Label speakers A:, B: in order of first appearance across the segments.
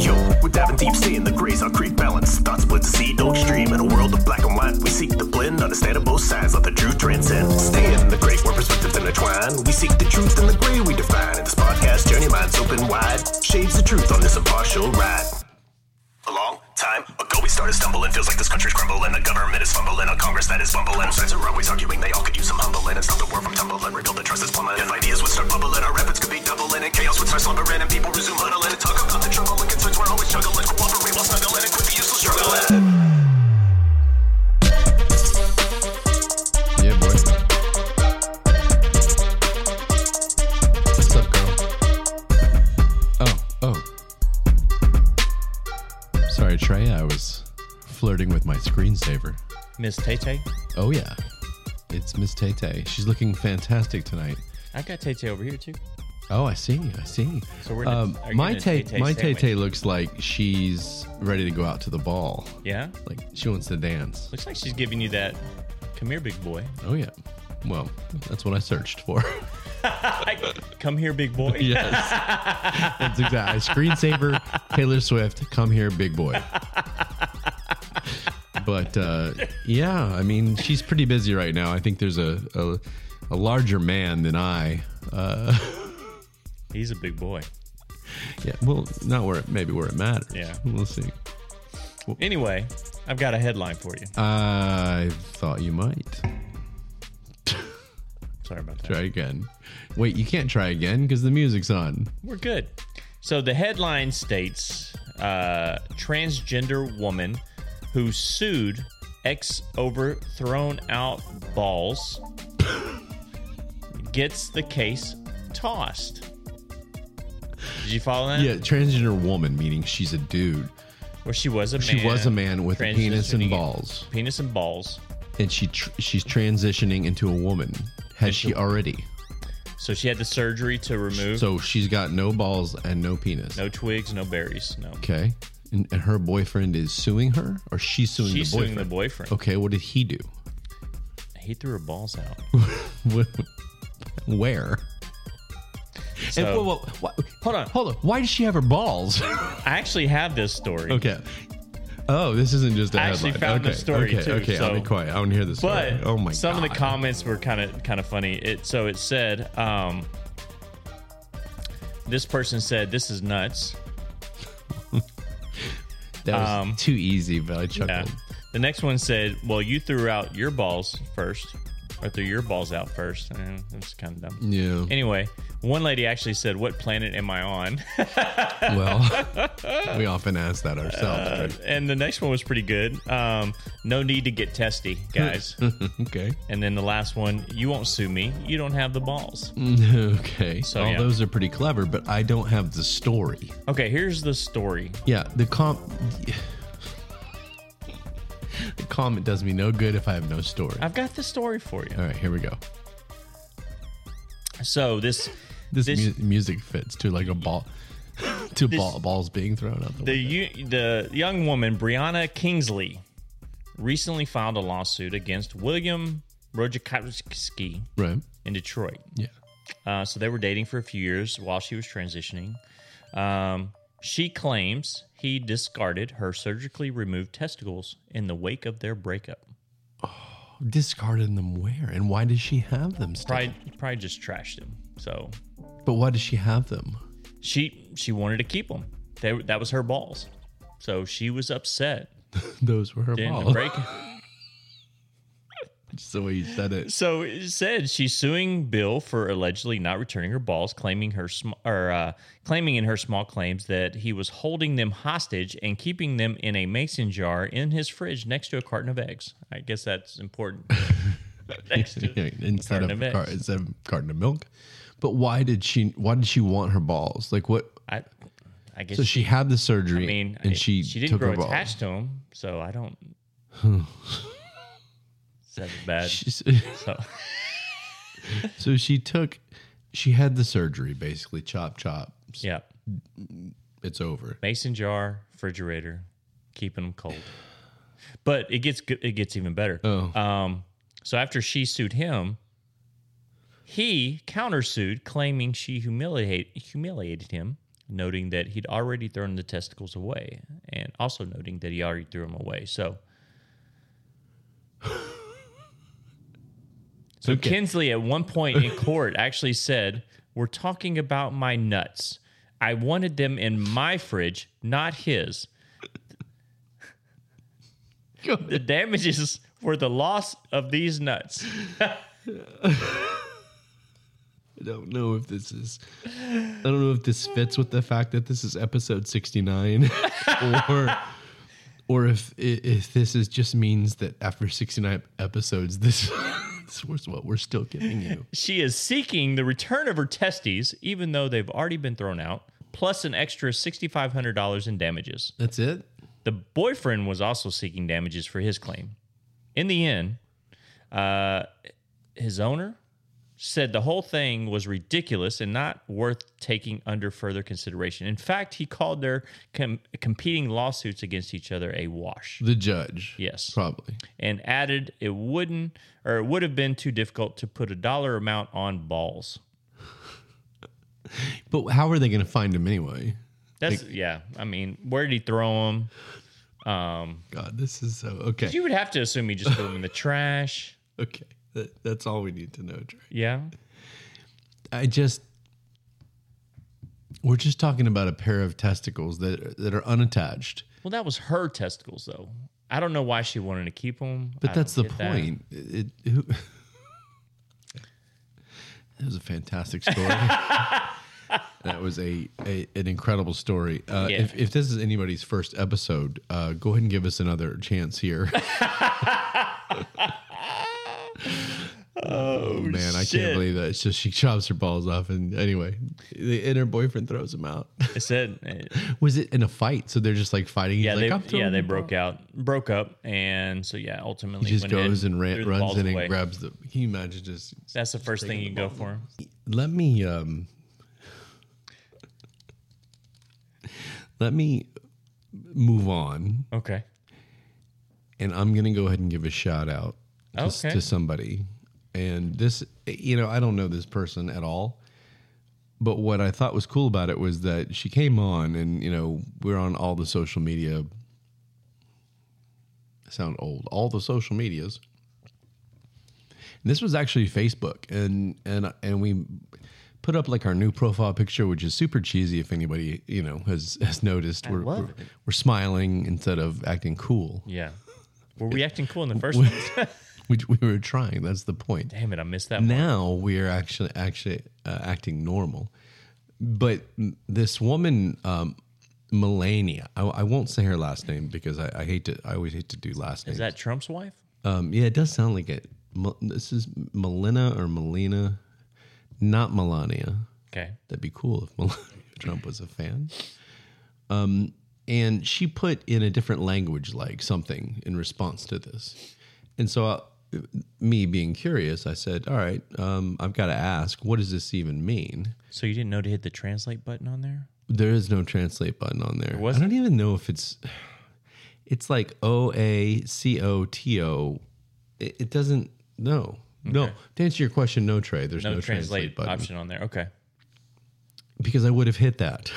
A: Yo, we're diving deep, seeing the grays, our creek balance. Thoughts split to seed, oak stream. In a world of black and white, we seek the blend, understanding both sides, let the truth transcend. Stay in the gray, where perspectives intertwine. We seek the truth in the gray we define. In this podcast, journey minds open wide, shades the truth on this impartial ride. A long time ago, we started stumbling. Feels like this country's crumbling. The government is fumbling. A Congress that is bumbling. Both sides are always arguing. They all could use some humbling. And stop the world from tumbling. Rebuild the trust that's plummeting. If ideas would start bubbling, our efforts could be doubling. And chaos would start slumbering. And people resume huddling. And talk about the trouble and concerns. We're always juggling. Cooperate while snuggling. And quit the useless struggling.
B: Yeah, boy. What's up, girl? Oh, oh. Sorry, Trey. I was flirting with my screensaver.
C: Miss Tay Tay.
B: Oh yeah, it's Miss Tay Tay. She's looking fantastic tonight.
C: I got Tay Tay over here too.
B: Oh, I see. I see.
C: So we're
B: um,
C: gonna- are you
B: my
C: gonna
B: Tay
C: Tay-Tay
B: my Tay
C: sandwich?
B: Tay looks like she's ready to go out to the ball.
C: Yeah.
B: Like she wants to dance.
C: Looks like she's giving you that. Come here, big boy.
B: Oh yeah. Well, that's what I searched for.
C: Come here, big boy.
B: yes. That's exactly. Screensaver, Taylor Swift, come here, big boy. But uh, yeah, I mean, she's pretty busy right now. I think there's a, a, a larger man than I. Uh,
C: He's a big boy.
B: yeah, well, not where it, maybe where it matters.
C: Yeah.
B: We'll see.
C: Anyway, I've got a headline for you.
B: I thought you might.
C: Sorry about that.
B: Try again. Wait, you can't try again because the music's on.
C: We're good. So the headline states uh, transgender woman who sued ex over thrown out balls gets the case tossed. Did you follow that?
B: Yeah, transgender woman, meaning she's a dude.
C: Or she was a man.
B: She was a man with a penis
C: transitioning-
B: and balls.
C: Penis and balls.
B: and she tr- she's transitioning into a woman. Has she already?
C: So she had the surgery to remove
B: So she's got no balls and no penis.
C: no twigs, no berries. No.
B: Okay, and, and her boyfriend is suing her, or she's suing
C: She's
B: the boyfriend.
C: suing the boyfriend.
B: Okay, what did he do?
C: He threw her balls out.
B: What- Where?
C: So,
B: and, whoa, whoa, wha-
C: hold on.
B: hold on. Why does she have her balls?
C: I actually have this story.
B: okay. Oh, this isn't just a
C: I actually
B: headline.
C: found
B: okay,
C: the story,
B: okay,
C: too,
B: Okay, I'll be
C: so-
B: quiet. I want to hear this. Story.
C: But
B: oh my
C: some
B: god,
C: of the comments were kind of kind of funny. It so it said, um, this person said, "This is nuts."
B: that was
C: um,
B: too easy, but I
C: Yeah.
B: chuckled.
C: The next one said, "Well, you threw out your balls first, or threw your balls out first. And that's kind of dumb.
B: Yeah.
C: Anyway, one lady actually said, "What planet am I on?"
B: Well, we often ask that ourselves. right?
C: and the next one was pretty good. Um, no need to get testy, guys.
B: okay.
C: and then the last one, you won't sue me. You don't have the balls.
B: Okay.
C: So,
B: All
C: yeah.
B: those are pretty clever, but I don't have the story.
C: Okay, here's the story.
B: Yeah, the comp. the comment does me no good if I have no story.
C: I've got the story for you.
B: All right, here we go.
C: So this
B: This,
C: This-
B: mu- music fits to like a ball, to
C: This-
B: ball, balls being thrown out the,
C: the
B: window.
C: u- the young woman Brianna Kingsley recently filed a lawsuit against William Rojakowski
B: Right.
C: in Detroit.
B: Yeah.
C: Uh, so they were dating for a few years while she was transitioning. Um, she claims he discarded her surgically removed testicles in the wake of their breakup.
B: Discarding them where? And why does she have them still?
C: Probably, probably just trashed them. So
B: But why does she have them?
C: she she wanted to keep them. They, were- that was her balls. So she was upset
B: Those were her
C: during the
B: balls.
C: break.
B: Just the way you said it.
C: So it said she's suing Bill for allegedly not returning her balls, claiming her sm- or uh, claiming in her small claims that he was holding them hostage and keeping them in a mason jar in his fridge next to a carton of eggs. I guess that's important. next to
B: instead
C: carton
B: of
C: of
B: car-
C: eggs.
B: instead of carton of milk. But why did she? Why did she want her balls? Like what?
C: I, I guess.
B: So she had the surgery,
C: I mean,
B: and
C: it-
B: she
C: she didn't
B: took
C: grow
B: her balls.
C: attached to him, so I don't. That's bad.
B: She's-
C: so,
B: so she took, she had the surgery basically, chop chop,
C: yeah.
B: it's over.
C: Mason jar, refrigerator, keeping them cold. But it gets good- it gets even better.
B: Oh.
C: Um, so after she sued him, he countersued, claiming she humiliate, humiliated him, noting that he'd already thrown the testicles away, and also noting that he already threw them away. So, so
B: Okay.
C: Kinsley at one point in court actually said, "We're talking about my nuts. I wanted them in my fridge, not his." The damages were the loss of these nuts.
B: I don't know if this is. I don't know if this fits with the fact that this is episode sixty nine, or or if i- if this is just means that after sixty nine episodes, this this was what we're still giving you.
C: She is seeking the return of her testes, even though they've already been thrown out, plus an extra $6,500 in damages.
B: That's it.
C: The boyfriend was also seeking damages for his claim. In the end, uh, his owner said the whole thing was ridiculous and not worth taking under further consideration. In fact, he called their com- competing lawsuits against each other a wash.
B: The judge.
C: Yes.
B: Probably.
C: and added it wouldn't or it would have been too difficult to put a dollar amount on balls.
B: But how are they going to find him anyway?
C: That's yeah. I mean, where did he throw them?
B: God, this is so okay.
C: You would have to assume he just threw them in the trash.
B: okay, that, that's all we need to know, Dre.
C: Yeah.
B: I just we're just talking about a pair of testicles that that are unattached.
C: Well, that was her testicles though. I don't know why she wanted to keep them.
B: But that's the point. It, it, who- It was a fantastic story. that was a, a an incredible story. Uh,
C: Yeah.
B: if, if this is anybody's first episode, uh, go ahead and give us another chance here. oh, man, I
C: shit.
B: can't believe that. So she chops her balls off, and anyway, the, and her boyfriend throws them out.
C: It said,
B: was it in a fight? So they're just like fighting. He's
C: yeah,
B: like, "I'm
C: they yeah
B: throwing
C: they
B: the
C: broke out, broke up, and so yeah, ultimately
B: He just
C: went ahead
B: goes and
C: threw
B: ran,
C: the
B: runs
C: balls
B: in
C: away.
B: and grabs the. Can you imagine just?
C: That's the first thing you go for.
B: Let me um. Let me move on,
C: Okay.
B: and I'm gonna go ahead and give a shout out to, s-
C: Okay.
B: to somebody. And this, you know, I don't know this person at all, but what I thought was cool about it was that she came on, and you know, we're on all the social media. I sound old. All the social medias. This was actually Facebook, and and and we put up like our new profile picture, which is super cheesy. If anybody you know has has noticed, we're
C: love
B: we're, we're smiling instead of acting cool,
C: Yeah. Were we acting cool in the first one?
B: which we were trying. That's the point.
C: Damn it, I missed that. one.
B: Now we are actually actually uh, acting normal, but m- this woman. Um, Melania. I, I won't say her last name because I, I hate to. I always hate to do last names.
C: Is that Trump's wife?
B: Um, yeah, it does sound like it. Mel- This is Melina or Melina, not Melania.
C: Okay.
B: That'd be cool if Melania Trump was a fan. Um, and she put in a different language, like something in response to this. And so, I, me being curious, I said, "All right, um, I've got to ask, what does this even mean?"
C: So you didn't know to hit the translate button on there?
B: There is no translate button on there. I
C: wasn't?
B: don't even know if it's. It's like O A C O T O. It it doesn't. No, no. To answer your question, no Trey. There's
C: No,
B: no, translate,
C: translate,
B: button
C: option on there. Okay.
B: because I would have hit that.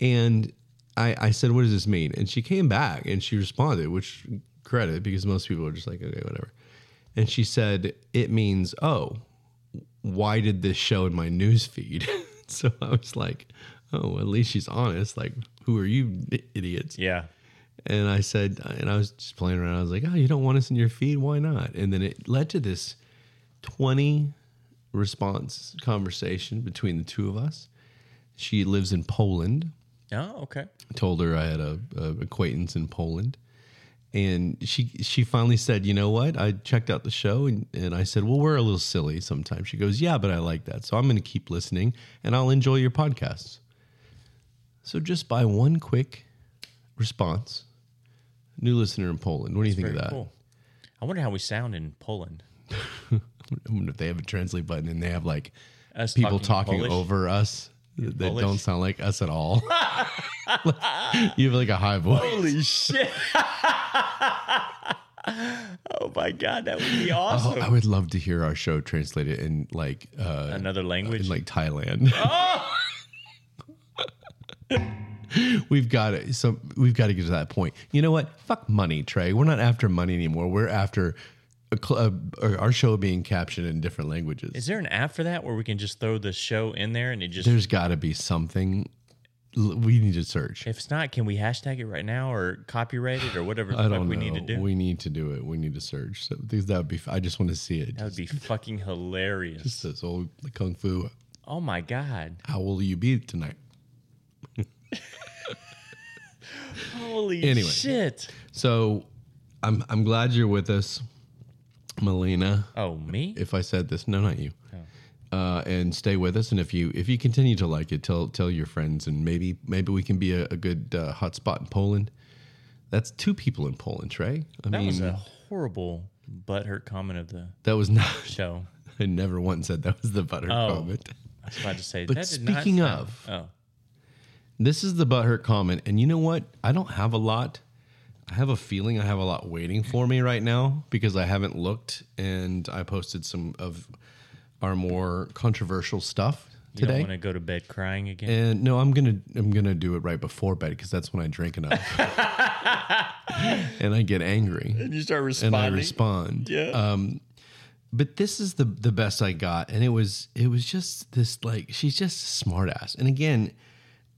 B: and I, I said, "What does this mean?" And she came back and she responded, which credit because most people are just like, "Okay, whatever." And she said, "It means oh, why did this show in my news feed?" so I was like, "Oh, at least she's honest. Like, who are you i- idiots?"
C: Yeah.
B: And I said, and I was just playing around. I was like, oh, you don't want us in your feed? Why not? And then it led to this 20 response conversation between the two of us. She lives in Poland.
C: Oh, okay.
B: I told her I had a, a acquaintance in Poland. And she she finally said, you know what? I checked out the show and, and I said, well, we're a little silly sometimes. She goes, yeah, but I like that. So I'm going to keep listening and I'll enjoy your podcasts. So just by one quick response, new listener in Poland. What do you think of
C: Very
B: that?
C: cool. I wonder how we sound in Poland.
B: I wonder if they have a translate button and they have like
C: Us
B: people talking,
C: Polish?
B: over us. that don't
C: Polish.
B: sound like us at all. you have like a high voice.
C: Holy shit. oh my God, that would be
B: Oh,
C: awesome.
B: I would love to hear our show translated in like uh,
C: Another language.
B: in like Thailand. we've got to so we've got to get to that point. You know what? Fuck money, Trey. We're not after money anymore. We're after a cl- uh, our show being captioned in different languages.
C: Is there an app for that where we can just throw the show in there and it just
B: There's got to be something L- we need to search.
C: if it's not, can we hashtag it right now or copyright it or whatever the
B: I
C: fuck
B: don't
C: we
B: know.
C: need to do?
B: We need to do it. We need to search. So because that would be. f- I just want to see it.
C: that would be fucking hilarious.
B: Just this old kung fu.
C: oh my god.
B: How will you be tonight?
C: Holy
B: Anyway.
C: shit.
B: So, I'm I'm glad you're with us, Melina.
C: Oh me?
B: If I said this, no, not you. Uh, and stay with us. And if you if you continue to like it, tell tell your friends, and maybe maybe we can be a, a good uh, hot spot in Poland. That's two people in Poland, Trey. I
C: that
B: mean,
C: was a horrible butthurt comment of the
B: that was not.
C: show.
B: I never once said that was the butter
C: Oh.
B: comment.
C: I was about to say
B: But
C: that did not
B: speaking
C: sound-
B: of,
C: Oh.
B: This is the butthurt comment, and you know what? I don't have a lot. I have a feeling I have a lot waiting for me right now because I haven't looked, and I posted some of our more controversial stuff
C: You don't
B: today.
C: want to go to bed crying again.
B: And no, I'm gonna I'm gonna do it right before bed because that's when I drink enough, and I get angry
C: you start
B: and
C: responding.
B: I respond Um,
C: yeah.
B: but this is the the best I got, and it was it was just this like she's just a smart ass. And again,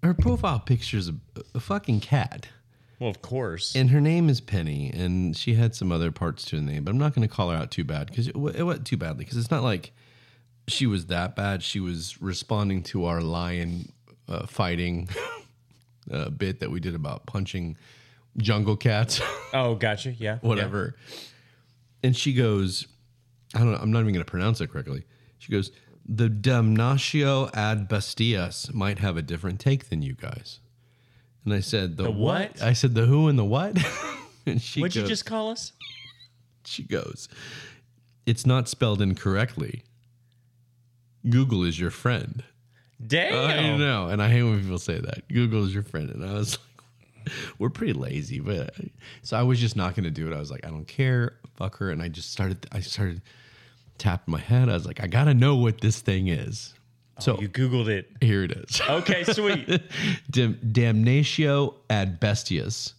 B: her profile picture is a, a fucking cat,
C: well, of course.
B: and her name is Penny, and she had some other parts to the name, but I'm not going to call her out too bad because it, wa- it wasn't too badly because it's not like she was that bad. She was responding to our lion uh, fighting uh, bit that we did about punching jungle cats.
C: oh, gotcha. Yeah. yeah.
B: whatever. And she goes, I don't know, I'm not even going to pronounce it correctly. She goes, the Damnatio ad Bastias might have a different take than you guys. And I said, the,
C: what?
B: I said, the who and the what? and she
C: What'd you
B: goes-
C: just call us?
B: she goes, it's not spelled incorrectly. Google is your friend. I
C: Damn.
B: know, and I hate when people say that. Google is your friend, and I was like, we're pretty lazy, but so I was just not going to do it. I was like, I don't care, fuck her, and I just started. I started tapping my head. I was like, I gotta know what this thing is. So
C: You Googled it.
B: here it is.
C: Okay, sweet.
B: Dam- damnatio ad bestias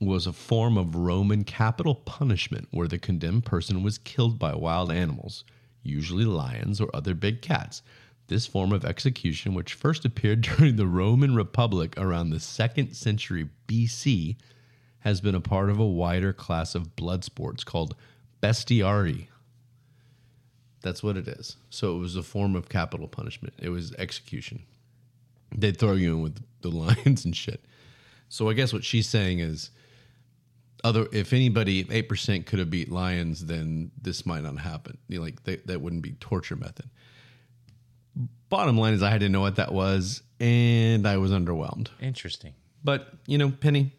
B: was a form of Roman capital punishment where the condemned person was killed by wild animals, usually lions or other big cats. This form of execution, which first appeared during the Roman Republic around the second century BC, has been a part of a wider class of blood sports called bestiary. That's what it is. So it was a form of capital punishment. It was execution they'd throw you in with the lions and shit. So I guess what she's saying is, other if anybody eight percent could have beat lions, then this might not happen. You know, like they, that wouldn't be torture method. Bottom line is, I didn't know what that was, and I was underwhelmed.
C: Interesting.
B: But you know, Penny,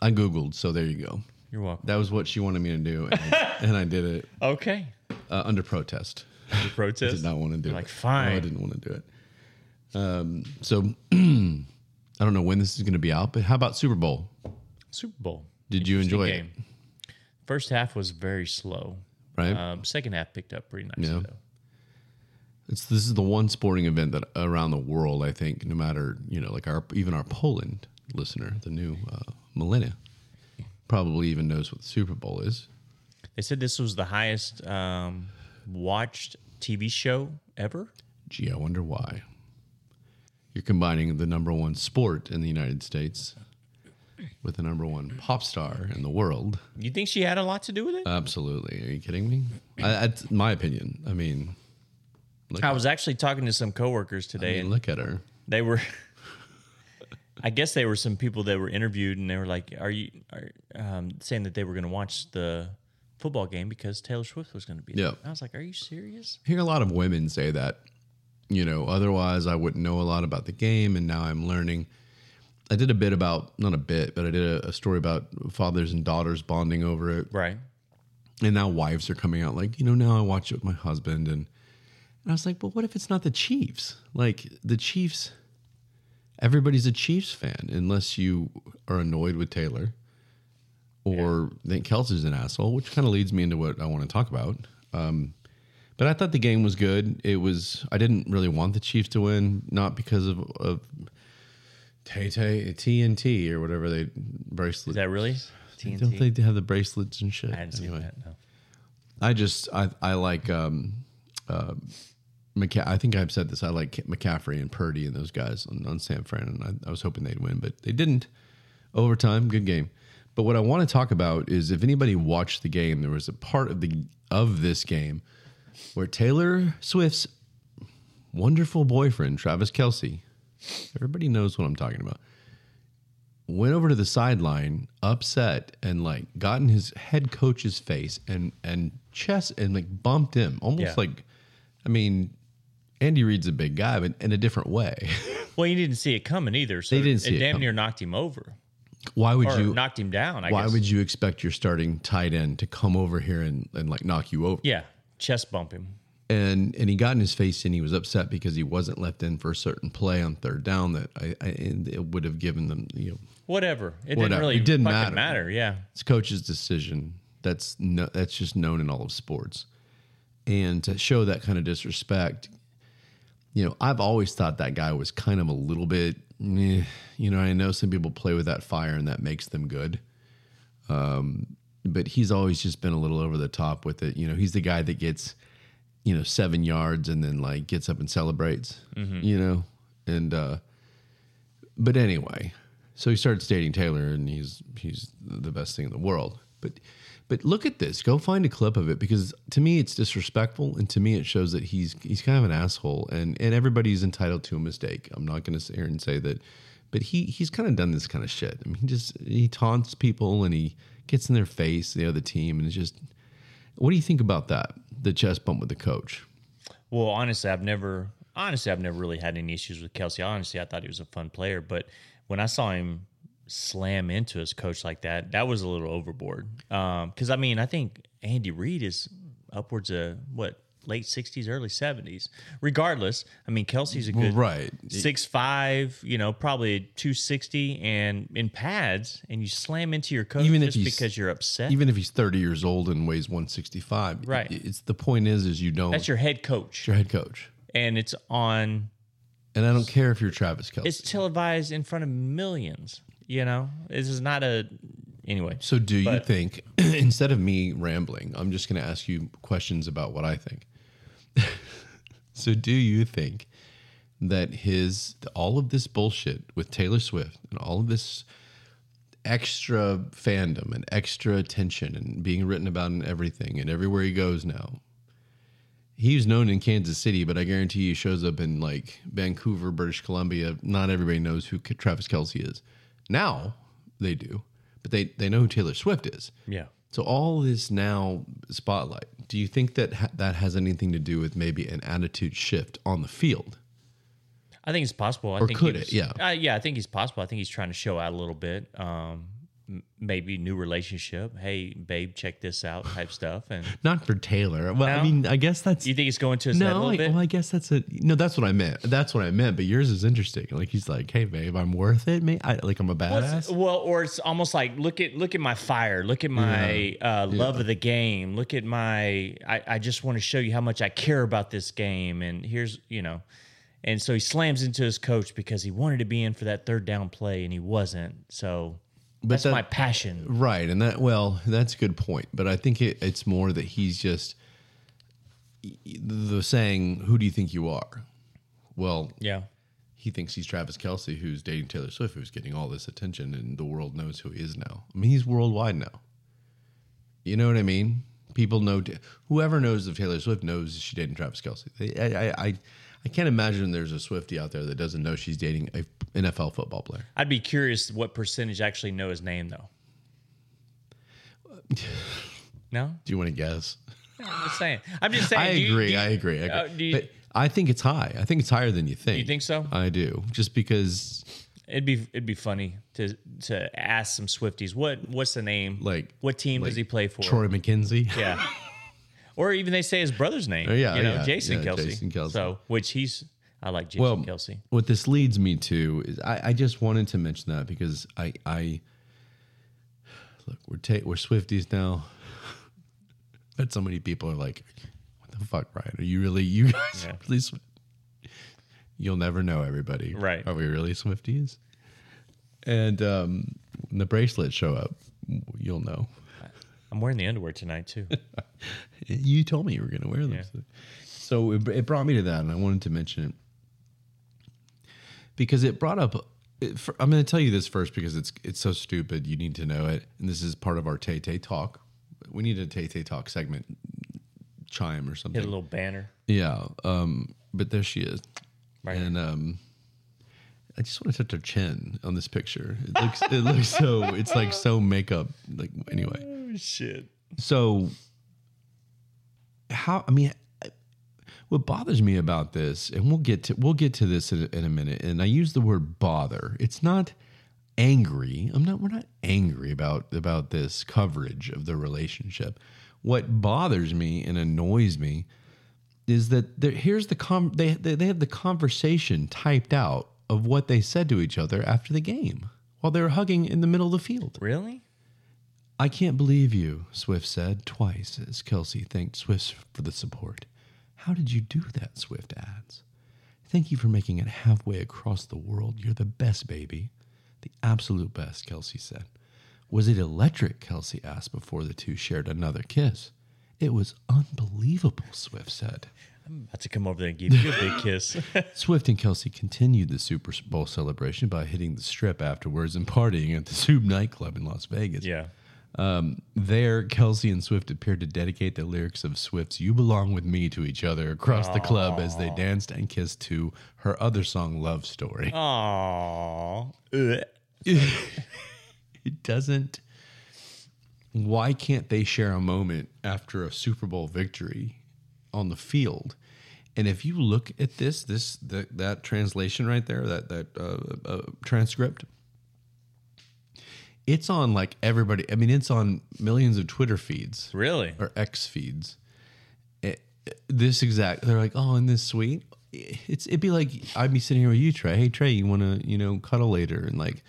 B: I googled, so there you go.
C: You're welcome.
B: That was what she wanted me to do, and, and I did it
C: Okay.
B: uh, under protest.
C: The protest.
B: Did not want to do
C: Like,
B: it.
C: fine.
B: No, I didn't want to do it. Um, so I don't know when this is going to be out, but how about Super Bowl?
C: Super Bowl.
B: Did you
C: Interesting
B: enjoy it?
C: game. First half was very slow.
B: Right?
C: Um, second half picked up pretty nicely
B: Yeah.
C: though.
B: it's this is the one sporting event that around the world, I think, no matter you know, like our even our Poland listener, the new uh, millennia, probably even knows what the Super Bowl is.
C: They said this was the highest um, watched TV show ever.
B: Gee, I wonder why. You're combining the number one sport in the United States with the number one pop star in the world.
C: You think she had a lot to do with
B: Uh,
C: it?
B: Absolutely. Are you kidding me? I, that's my opinion. I mean, look,
C: I was actually talking to some coworkers
B: I
C: today,
B: mean,
C: and
B: look at her.
C: they were. I guess they were some people that were interviewed, and they were like, "Are you are, um, saying that they were going to watch the football game because Taylor Swift was going to be there?"
B: Yeah.
C: I was like, "Are you serious?"
B: hear a lot of women say that, you know, otherwise I wouldn't know a lot about the game. And now I'm learning. I did a bit about, not a bit, but I did a, a story about fathers and daughters bonding over it.
C: Right.
B: And now wives are coming out like, you know, now I watch it with my husband. And, and And I was like, but what if it's not the Chiefs? Like the Chiefs, everybody's a Chiefs fan unless you are annoyed with Taylor or think Kelsey's an asshole, which kind of leads me into what I want to talk about. Um, but I thought the game was good. It was I didn't really want the Chiefs to win, not because of, of Tay Tay TNT or whatever they bracelet.
C: Is that really?
B: Don't
C: TNT?
B: they have the bracelets and shit?
C: I hadn't seen that. No.
B: I just I I like um uh McCa- I think I've said this. I like McCaffrey and Purdy and those guys on, on San Fran, and I, I was hoping they'd win, but they didn't. Overtime, good game. But what I want to talk about is if anybody watched the game, there was a part of the of this game where Taylor Swift's wonderful boyfriend Travis Kelsey, everybody knows what I'm talking about, went over to the sideline, upset, and like got in his head coach's face and and chest and like bumped him, almost
C: Yeah.
B: like, I mean, Andy Reid's a big guy, but in a different way.
C: Well, you didn't see it coming either. So
B: They didn't see
C: it
B: it
C: damn
B: coming.
C: near knocked him over
B: why would
C: or
B: you?
C: knocked him down. I
B: why
C: guess.
B: would you expect your starting tight end to come over here and, and like knock you over?
C: Yeah, chest bump him.
B: and and he got in his face and he was upset because he wasn't left in for a certain play on third down that I, I and it would have given them you know
C: Whatever. It didn't
B: Whatever.
C: really
B: It didn't
C: fucking
B: matter.
C: matter. Yeah.
B: it's coach's decision that's no, that's just known in all of sports and to show that kind of disrespect you know I've always thought that guy was kind of a little bit meh. you know I know some people play with that fire and that makes them good Um, but he's always just been a little over the top with it. You know, he's the guy that gets, you know, seven yards and then like gets up and celebrates, you know, and, uh, but anyway, so he starts dating Taylor and he's, he's the best thing in the world. But, but look at this, go find a clip of it because to me it's disrespectful. And to me it shows that he's, he's kind of an asshole and, and everybody's entitled to a mistake. I'm not going to sit here and say that, but he, he's kind of done this kind of shit. I mean, he just, he taunts people and he, gets in their face, the other team, and it's just, what do you think about that? The chest bump with the coach.
C: Well, honestly, I've never honestly I've never really had any issues with Kelsey. Honestly, I thought he was a fun player, but when I saw him slam into his coach like that, that was a little overboard. Because I mean, I think Andy Reid is upwards of what late sixties, early seventies. Regardless, I mean Kelsey's a good
B: right.
C: six five, you know, probably two sixty, and in pads, and you slam into your coach
B: Even if
C: just
B: he's-
C: because you're upset.
B: Even if he's 30 years old and weighs 165,
C: Right.
B: it- It's the point is, is you don't.
C: That's your head coach,
B: your head coach,
C: and it's on
B: and I don't care if you're Travis Kelsey.
C: it's televised in front of millions. You know, this is not a anyway.
B: so, do you
C: but-
B: think instead of me rambling, I'm just going to ask you questions about what I think. so, do you think that his all of this bullshit with Taylor Swift and all of this extra fandom and extra attention and being written about and everything and everywhere he goes now. He's known in Kansas City, but I guarantee he shows up in like Vancouver, British Columbia. Not everybody knows who K- Travis Kelsey is. Now they do, but they, they know who Taylor Swift is.
C: Yeah.
B: So all this now spotlight. Do you think that ha- that has anything to do with maybe an attitude shift on the field?
C: I think it's possible. I
B: Or
C: think
B: could
C: he
B: it?
C: was-
B: Yeah.
C: Uh, yeah, I think he's possible. I think he's trying to show out a little bit. Um, m- maybe new relationship. Hey, babe, check this out type stuff. And
B: Not for Taylor. Well,
C: No?
B: I mean, I guess that's
C: you think it's going to his head a
B: No,
C: little
B: I,
C: bit?
B: well, I guess that's a no. That's what I meant. That's what I meant. But yours is interesting. Like he's like, "Hey, babe, I'm worth it, mate. I, like I'm a
C: What's-
B: badass."
C: well, or it's almost like look at look at my fire, look at my uh, love of the game, look at my I, I just want to show you how much I care about this game, and here's you know, and so he slams into his coach because he wanted to be in for that third down play and he wasn't, so that's
B: that-
C: my passion.
B: Right, and that well, that's a good point. But I think it, it's more that he's just the saying, "Who do you think you are?" Well,
C: Yeah,
B: he thinks he's Travis Kelsey, who's dating Taylor Swift, who's getting all this attention, and the world knows who he is now. I mean, he's worldwide now. You know what I mean? People know whoever knows of Taylor Swift knows she dating Travis Kelsey. They- I, I, I, I can't imagine there's a Swifty out there that doesn't know she's dating a NFL football player.
C: I'd be curious what percentage actually know his name though. No,
B: Do you want to guess?
C: I'm just saying. I'm just saying.
B: I
C: do you-
B: agree.
C: do you-
B: I agree. I agree.
C: uh, do you-
B: but I think it's high. I think it's higher than you think.
C: You think so?
B: I do, just because
C: It'd be it'd be funny to to ask some Swifties what what's the name
B: Like-
C: what team does
B: like
C: he play for?
B: Troy McKenzie.
C: Yeah. or even they say his brother's name.
B: Oh, yeah,
C: you know,
B: yeah,
C: Jason
B: yeah,
C: Kelsey.
B: Jason Kelce.
C: So, which he's, I like Jason
B: Well,
C: Kelsey.
B: what this leads me to is I, I just wanted to mention that because I, I look, we're ta- we're Swifties now. but so many people are like, "What the fuck, Ryan? Are you really? You guys
C: Yeah.
B: are really?" Swi-" You'll never know, everybody.
C: Right.
B: Are we really Swifties? And um, when the bracelets show up, you'll know.
C: I'm wearing the underwear tonight too.
B: You told me you were going to wear them.
C: Yeah.
B: So it, it brought me to that, and I wanted to mention it because it brought up. It, for, I'm going to tell you this first because it's it's so stupid. You need to know it, and this is part of our Tay Tay talk. We need a Tay Tay talk segment chime or
C: Hit
B: something.
C: a little banner.
B: Yeah. Um, but there she is.
C: Right.
B: And um, I just want to touch her chin on this picture. It looks it looks so it's like so makeup. Like anyway.
C: Oh, shit.
B: So how I mean I- what bothers me about this and we'll get to we'll get to this in a, in a minute and I use the word bother. It's not angry. I'm not we're not angry about about this coverage of the relationship. What bothers me and annoys me is that there, here's the com- they, they they have the conversation typed out of what they said to each other after the game while they were hugging in the middle of the field.
C: Really?
B: I can't believe you, Swift said twice as Kelsey thanked Swift for the support. How did you do that, Swift adds. Thank you for making it halfway across the world. You're the best, baby. The absolute best, Kelsey said. Was it electric? Kelsey asked before the two shared another kiss. It was unbelievable, Swift said.
C: I'm about to come over there and give you a big kiss.
B: Swift and Kelsey continued the Super Bowl celebration by hitting the strip afterwards and partying at the Zoom nightclub in Las Vegas.
C: yeah.
B: There, Kelsey and Swift appeared to dedicate the lyrics of Swift's You Belong With Me to each other across the club as they danced and kissed to her other song, Love Story.
C: Aww.
B: It doesn't. Why can't they share a moment after a Super Bowl victory on the field? And if you look at this, this the, that translation right there, that that uh, uh, transcript, it's on like everybody. I mean, it's on millions of Twitter feeds.
C: Really?
B: or X feeds. It, this exact, they're like, oh, in this suite, it's it'd be like I'd be sitting here with you, Trey. Hey, Trey, you want to you know cuddle later and like,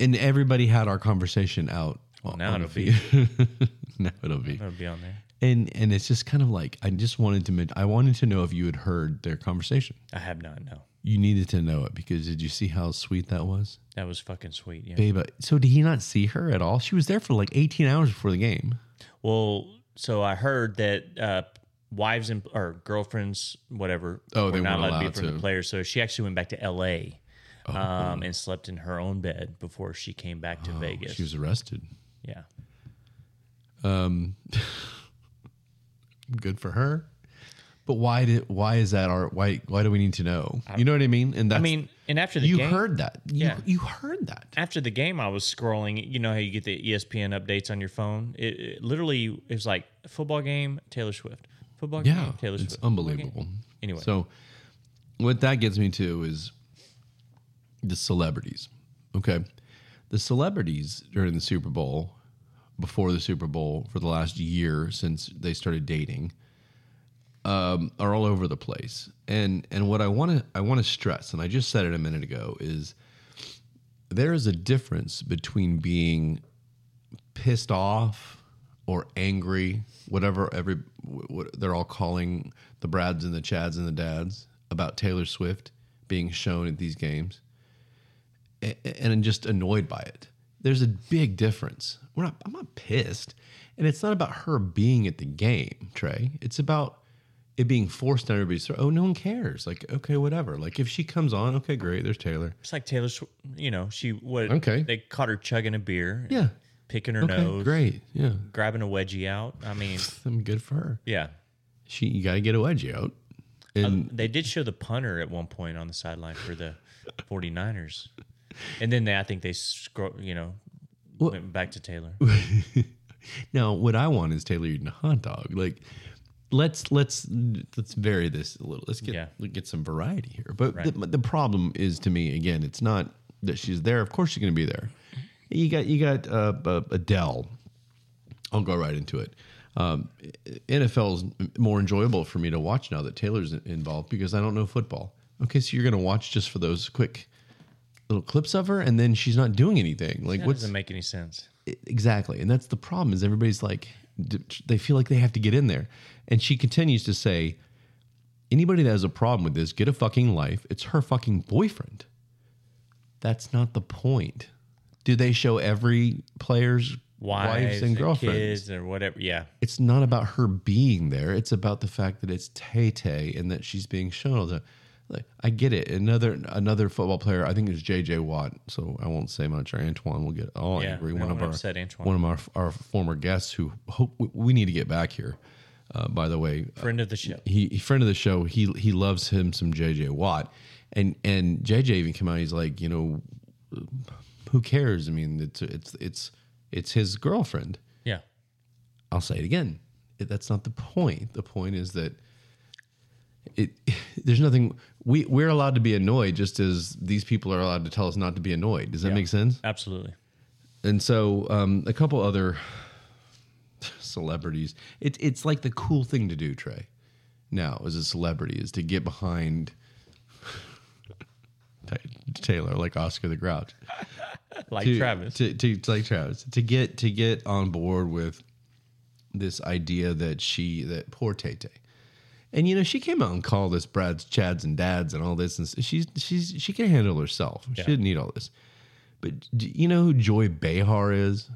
B: and everybody had our conversation out. on-
C: now
B: on
C: it'll
B: the feed. now it'll be,
C: That'll be on there.
B: and and it's just kind of like I just wanted to, men- I wanted to know if you had heard their conversation.
C: I have not. No.
B: You needed to know it because did you see how sweet that was,
C: That was fucking sweet. Yeah.
B: babe? uh, So did he not see her at all? She was there for like eighteen hours before the game.
C: Well, so I heard that uh, wives and or girlfriends, whatever,
B: Oh, they weren't
C: not allowed to
B: allowed
C: be from
B: to. Oh.
C: the players. So she actually went back to L.A. Um, and slept in her own bed before she came back to Vegas.
B: She was arrested.
C: yeah,
B: good for her. But why did why is that our why why do we need to know? You know what I mean? And that's,
C: I mean, and after the
B: you
C: game,
B: heard that. You,
C: Yeah.
B: you heard that.
C: after the game, I was scrolling. You know how you get the E ESPN updates on your phone? It, it literally it was like football game, Taylor Swift. Football
B: Yeah,
C: game, Taylor
B: it's
C: Swift.
B: unbelievable.
C: Anyway.
B: so what that gets me to is the celebrities. Okay, the celebrities during the Super Bowl, before the Super Bowl, for the last year since they started dating, um, are all over the place. And and what I want to I want to stress, and I just said it a minute ago, is there is a difference between being pissed off or angry, whatever every wh- what they're all calling the Brads and the Chads and the Dads about Taylor Swift being shown at these games, a- a- and I'm just annoyed by it. There's a big difference. We're not. I'm not pissed, and it's not about her being at the game, Trey. It's about it being forced on everybody's throat. Oh, no one cares. Like, okay, whatever. Like, if she comes on, okay, great. There's Taylor.
C: It's like Taylor Swift. You know, she what?
B: Okay.
C: they caught her chugging a beer.
B: Yeah.
C: picking her
B: Okay,
C: nose,
B: great. Yeah,
C: grabbing a wedgie out. I mean,
B: I'm good for her.
C: yeah.
B: She, you got to get a wedgie out. And
C: They did show the punter at one point on the sideline for the 49ers. And then they, I think they scroll, you know, went back to Taylor.
B: now, what I want is Taylor eating a hot dog. Like, let's let's let's vary this a little. Let's get
C: Yeah.
B: let's get some variety here. But the, the problem is to me again, it's not that she's there. Of course, she's going to be there. You got you got uh, uh, Adele. I'll go right into it. um, NFL is more enjoyable for me to watch now that Taylor's involved because I don't know football. Okay, so you're going to watch just for those quick little clips of her, and then she's not doing anything. Like,
C: That
B: what's
C: doesn't make any sense.
B: exactly and that's the problem is everybody's like they feel like they have to get in there and she continues to say anybody that has a problem with this get a fucking life it's her fucking boyfriend that's not the point do they show every player's
C: Wives,
B: wives and girlfriends
C: kids or whatever. Yeah.
B: it's not about her being there. It's about the fact that it's Tay Tay and that she's being shown all the. Like, I get it. Another another football player. I think it's J.J. Watt. So I won't say much. Or Antoine will get all
C: Yeah,
B: angry.
C: no
B: One of
C: one
B: our
C: upset Antoine.
B: one of our our former guests who hope we- we need to get back here. Uh, by the way,
C: Friend of the show.
B: he, he friend of the show. He he loves him some JJ Watt, and and JJ even came out. He's like, you know, who cares? I mean, it's it's it's it's his girlfriend.
C: Yeah.
B: I'll say it again. It- That's not the point. The point is that it there's nothing we we're allowed to be annoyed just as these people are allowed to tell us not to be annoyed. Does that make sense?
C: Absolutely.
B: And so um, a couple other celebrities. It's it's like the cool thing to do, Trey. Now as a celebrity is to get behind Taylor like Oscar the Grouch
C: Like
B: to,
C: Travis.
B: to, to, to like Travis to get to get on board with this idea that she that poor Tay Tay, and you know she came out and called us Brad's Chads and Dads and all this, and she's she's she can handle herself. She didn't need all this. But do you know who Joy Behar is?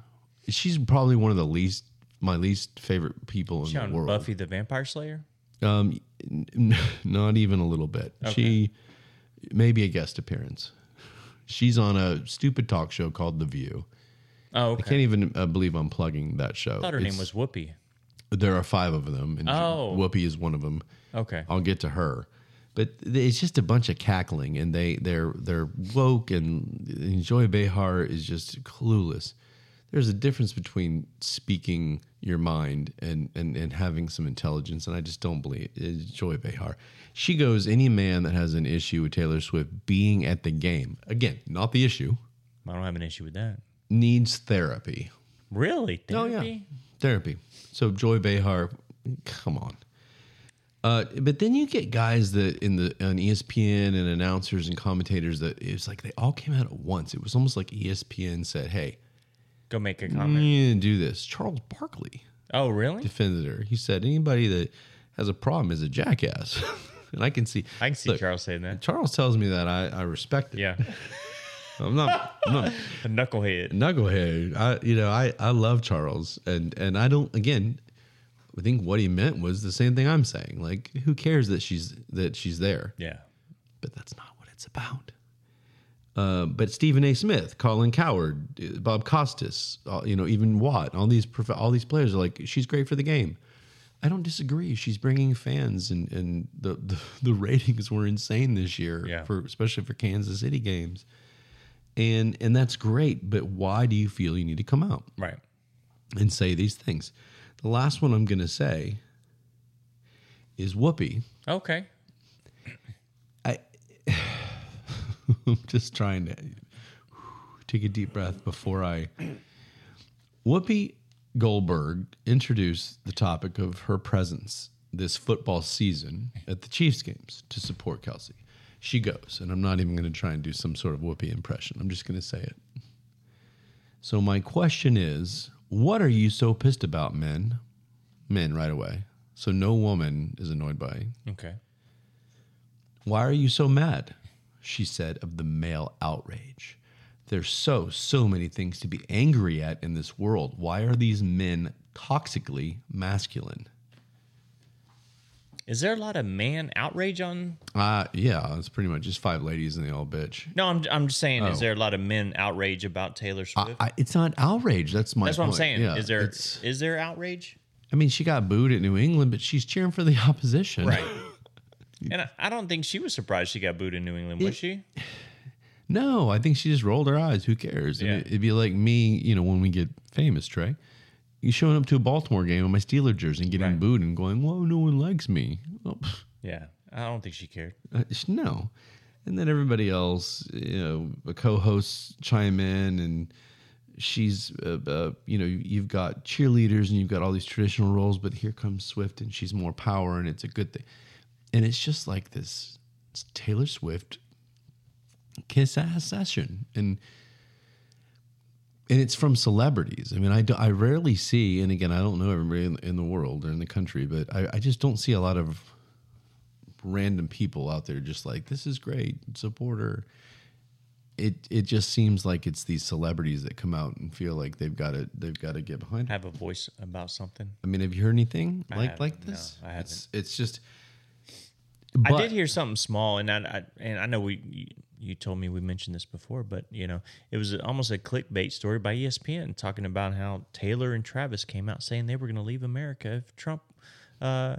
B: She's probably one of the least my least favorite people in
C: She on
B: the world.
C: Buffy the Vampire Slayer.
B: Um, n- n- not even a little bit. She maybe a guest appearance. She's on a stupid talk show called The View. I
C: Oh, okay.
B: can't even uh, believe I'm plugging that show.
C: I thought her
B: It's-
C: name was Whoopi.
B: There are five of them, and
C: Oh.
B: Whoopi is one of them.
C: Okay.
B: I'll get to her, but th- it's just a bunch of cackling, and they they're they're woke, and, and Joy Behar is just clueless. There's a difference between speaking your mind and and and having some intelligence, and I just don't believe it's Joy Behar. She goes, any man that has an issue with Taylor Swift being at the game again, not the issue,
C: I don't have an issue with that.
B: needs therapy.
C: Really?
B: Oh yeah,
C: Therapy?
B: therapy. So Joy Behar, come on. Uh, but then you get guys that in the on E ESPN and announcers and commentators that it's like they all came out at once. It was almost like E ESPN said, "Hey,
C: Go make a
B: you
C: comment.
B: didn't do this." Charles Barkley
C: Oh, really?
B: defended her. He said, "Anybody that has a problem is a jackass," and I can see.
C: I can see
B: Look,
C: Charles saying that.
B: Charles tells me that I, I respect it.
C: Yeah.
B: I'm not. I'm not
C: A knucklehead.
B: knucklehead. I you know I I love Charles and and I don't again. I think what he meant was the same thing I'm saying. Like who cares that she's that she's there?
C: Yeah.
B: But that's not what it's about. Uh, but Stephen A. Smith, Colin Coward, uh, Bob Costas, uh, you know even Watt, all these prof- all these players are like she's great for the game. I don't disagree. She's bringing fans, and and the the, the ratings were insane this year
C: Yeah.
B: for especially for Kansas City games and and that's great but why do you feel you need to come out
C: Right.
B: and say these things the last one i'm going to say is whoopi
C: Okay.
B: i i'm just trying to take a deep breath before i whoopi goldberg introduced the topic of her presence this football season at the chiefs games to support kelsey she goes and i'm not even going to try and do some sort of whoopi impression i'm just going to say it So my question is, what are you so pissed about, men? Men right away. So no woman is annoyed by.
C: Okay.
B: Why are you so mad? She said of the male outrage. There's so so many things to be angry at in this world. Why are these men toxically masculine?
C: Is there a lot of man outrage on?
B: Uh yeah, it's pretty much just five ladies and they all bitch.
C: No, I'm, I'm just saying, is there a lot of men outrage about Taylor Swift?
B: Oh. I, I, it's not outrage. That's my.
C: That's what I'm
B: point.
C: saying.
B: Yeah,
C: is there
B: it's-
C: is there outrage?
B: I mean, she got booed at New England, but she's cheering for the opposition.
C: Right. and I, I don't think she was surprised she got booed in New England, was she?
B: No, I think she just rolled her eyes. Who cares? And
C: Yeah.
B: it, would be like me, you know, when we get famous, Trey. You showing up to a Baltimore game in my Steeler jersey and getting
C: Right.
B: booed and going, "Whoa, no one likes me." Well, pff,
C: Yeah. I don't think she cared.
B: uh, sh- no, and then everybody else, you know, the co-hosts chime in and she's uh, uh, you know you've got cheerleaders and you've got all these traditional roles but here comes swift and she's more power and it's a good thing and it's just like this taylor swift kiss ass session and and it's from celebrities i mean i, do, I rarely see and again i don't know everybody in, in the world or in the country but I, I just don't see a lot of random people out there just like this is great support her it it just seems like it's these celebrities that come out and feel like they've got to they've got to get behind. it.
C: Have a voice about something.
B: I mean, have you heard anything like like
C: haven't, no,
B: this?
C: I
B: It's it's just.
C: I did
B: but-
C: hear something small, and I, I and I know we you, you told me we mentioned this before, but you know it was almost a clickbait story by E ESPN talking about how Taylor and Travis came out saying they were going to leave America if Trump uh,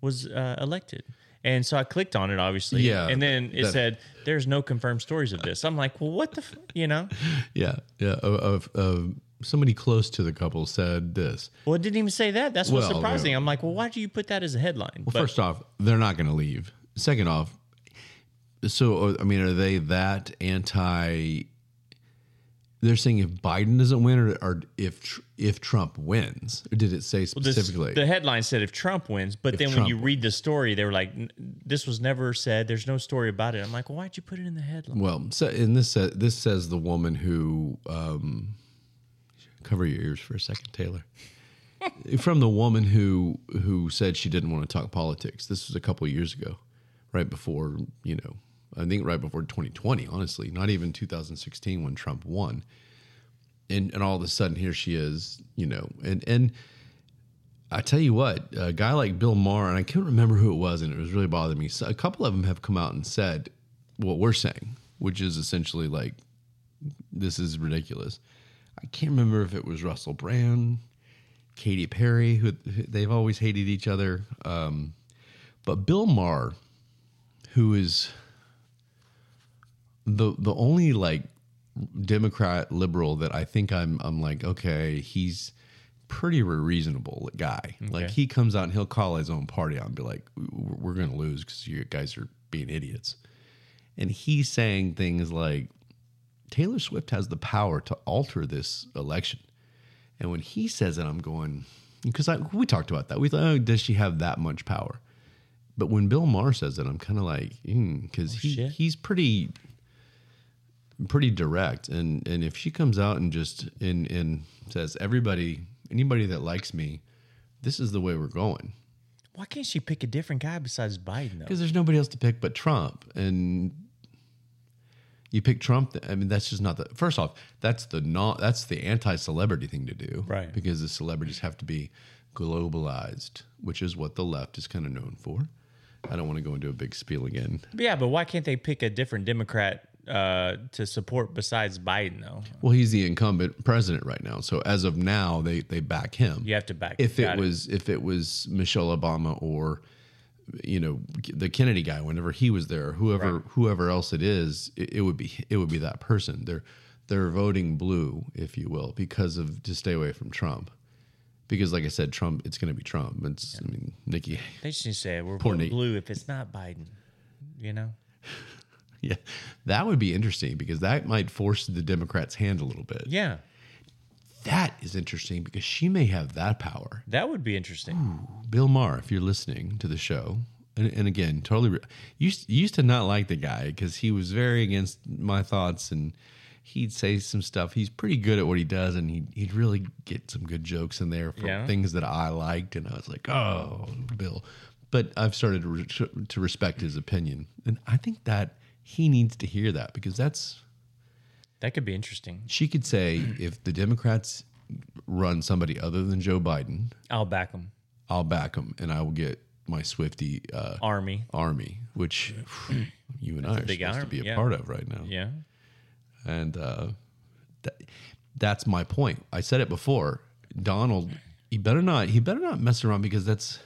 C: was uh, elected. And so I clicked on it, obviously.
B: Yeah,
C: And then it
B: that-
C: said, "There's no confirmed stories of this." I'm like, "Well, what the, f-? you know?"
B: yeah yeah of, of, of somebody close to the couple said this.
C: Well, it didn't even say that. That's what's
B: Well,
C: surprising.
B: yeah.
C: I'm like, "Well, why do you put that as a headline?"
B: Well, first off, they're not going to leave. Second off, so uh, I mean, are they that anti? They're saying if Biden doesn't win, or, or if tr- if Trump wins, or did it say
C: This-
B: specifically?
C: the headline said if Trump wins, but then when
B: Trump
C: you read the story, they were like, "N- "This was never said. There's no story about it." I'm like, well, "Why'd you put it in the headline?"
B: Well, so, and this sa this says the woman who um, cover your ears for a second, Taylor. From the woman who who said she didn't want to talk politics. This was a couple of years ago, right before you know, I think right before 2020. Honestly, not even 2016 when Trump won. And and all of a sudden here she is, you know, and and I tell you what, a guy like Bill Maher, and I can't remember who it was, and it was really bothering me. So a couple of them have come out and said what we're saying, which is essentially like, this is ridiculous. I can't remember if it was Russell Brand, Katy Perry, who who- they've always hated each other. Um, but Bill Maher, who is the the only like Democrat liberal that I think I'm I'm like okay he's pretty reasonable guy like he comes out and he'll call his own party out and be like "We're- we're gonna lose because you guys are being idiots and he's saying things like Taylor Swift has the power to alter this election and when he says it I'm going because I we talked about that we thought oh does she have that much power but when Bill Maher says it I'm kind of like because he,
C: shit.
B: he's pretty pretty direct and and if she comes out and just and and says everybody anybody that likes me this is the way we're going
C: Why can't she pick a different guy besides Biden? Though?
B: because there's nobody else to pick but Trump and you pick Trump I mean that's just not the first off that's the not that's the anti-celebrity thing to do
C: Right.
B: because the celebrities have to be globalized which is what the left is kind of known for I don't want to go into a big spiel again
C: But yeah, but why can't they pick a different Democrat uh, to support besides Biden? Though
B: well he's the incumbent president right now so as of now they they back him
C: you have to back.
B: if
C: got
B: it was if it was Michelle Obama or you know the Kennedy guy whenever he was there whoever whoever else it is it, it would be it would be that person they're they're voting blue if you will because of to stay away from Trump because like I said Trump it's going to be Trump it's I mean Nikki
C: they just need to say we're
B: Poor Nate.
C: blue if it's not Biden. You know,
B: yeah that would be interesting because that might force the Democrats hand a little bit
C: yeah,
B: that is interesting because she may have that power
C: that would be interesting.
B: Bill Maher, if you're listening to the show, and, and again, totally, re- you, used- you used to not like the guy because he was very against my thoughts, and he'd say some stuff. He's pretty good at what he does, and he'd, he'd really get some good jokes in there for
C: Yeah.
B: things that I liked, and I was like, oh, Bill. But I've started to, re- to respect his opinion, and I think that he needs to hear that because that's
C: That could be interesting.
B: she could say if the Democrats run somebody other than Joe Biden,
C: I'll back him.
B: I'll back them, and I will get my Swifty. Uh,
C: Army.
B: army, which you and I are
C: big
B: supposed to
C: army,
B: be a
C: yeah.
B: part of right now.
C: Yeah.
B: And uh, that, that's my point. I said it before. Donald, he better not. He better not mess around because that's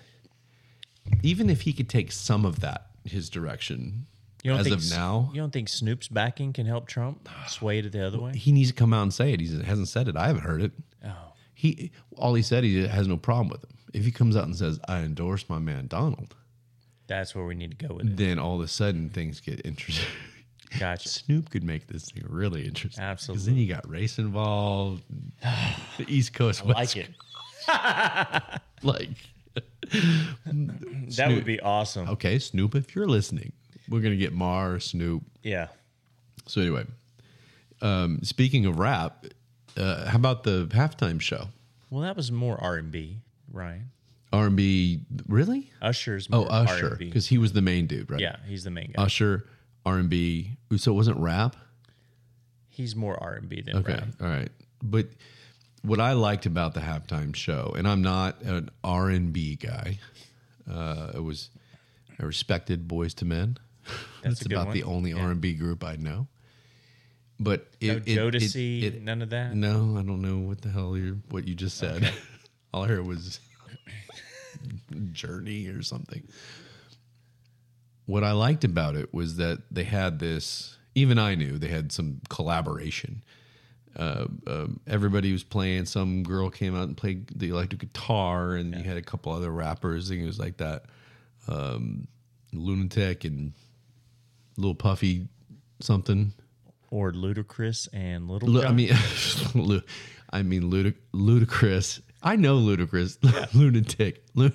B: even if he could take some of that his direction
C: You don't
B: as
C: think
B: of
C: S-
B: now.
C: you don't think Snoop's backing can help Trump sway to the other way?
B: He needs to come out and say it. He hasn't said it. I haven't heard it.
C: Oh,
B: He all he said he has no problem with him. If he comes out and says I endorse my man Donald,
C: that's where we need to go with it.
B: then all of a sudden things get interesting.
C: Gotcha.
B: Snoop could make this thing really interesting. 'Cause
C: Absolutely.
B: then you got race involved, the East Coast, West
C: like it.
B: Coast, like
C: That would be awesome.
B: okay, Snoop, if you're listening, we're gonna get Mar Snoop.
C: Yeah.
B: So anyway, um, speaking of rap, uh, how about the halftime show?
C: Well, that was more R and B, Ryan.
B: R and B, really?
C: Usher's
B: Oh,
C: more
B: Usher, Uh,
C: R&B.
B: because he was the main dude, right?
C: Yeah, he's the main guy.
B: Usher, R and B. So it wasn't rap.
C: he's more R and B than
B: Okay,
C: rap.
B: all right. But what I liked about the halftime show, and I'm not an R and B guy. Uh, it was I respected Boys to Men.
C: That's
B: That's,
C: a good
B: about
C: one.
B: the only R and B group I know. But it,
C: No
B: it- it-
C: Jodeci,
B: it-
C: none of that.
B: no, I don't know what the hell you what you just said. All I heard was journey or something. What I liked about it was that they had this. Even I knew they had some collaboration. Uh, um, everybody was playing. Some girl came out and played the electric guitar, and you had a couple other rappers. I think it was like that um, lunatic and little puffy something.
C: Or Ludacris and Little
B: Lu-
C: John.
B: I mean, Lu- I mean, ludic- ludicrous. I know ludicrous, lunatic, Lu-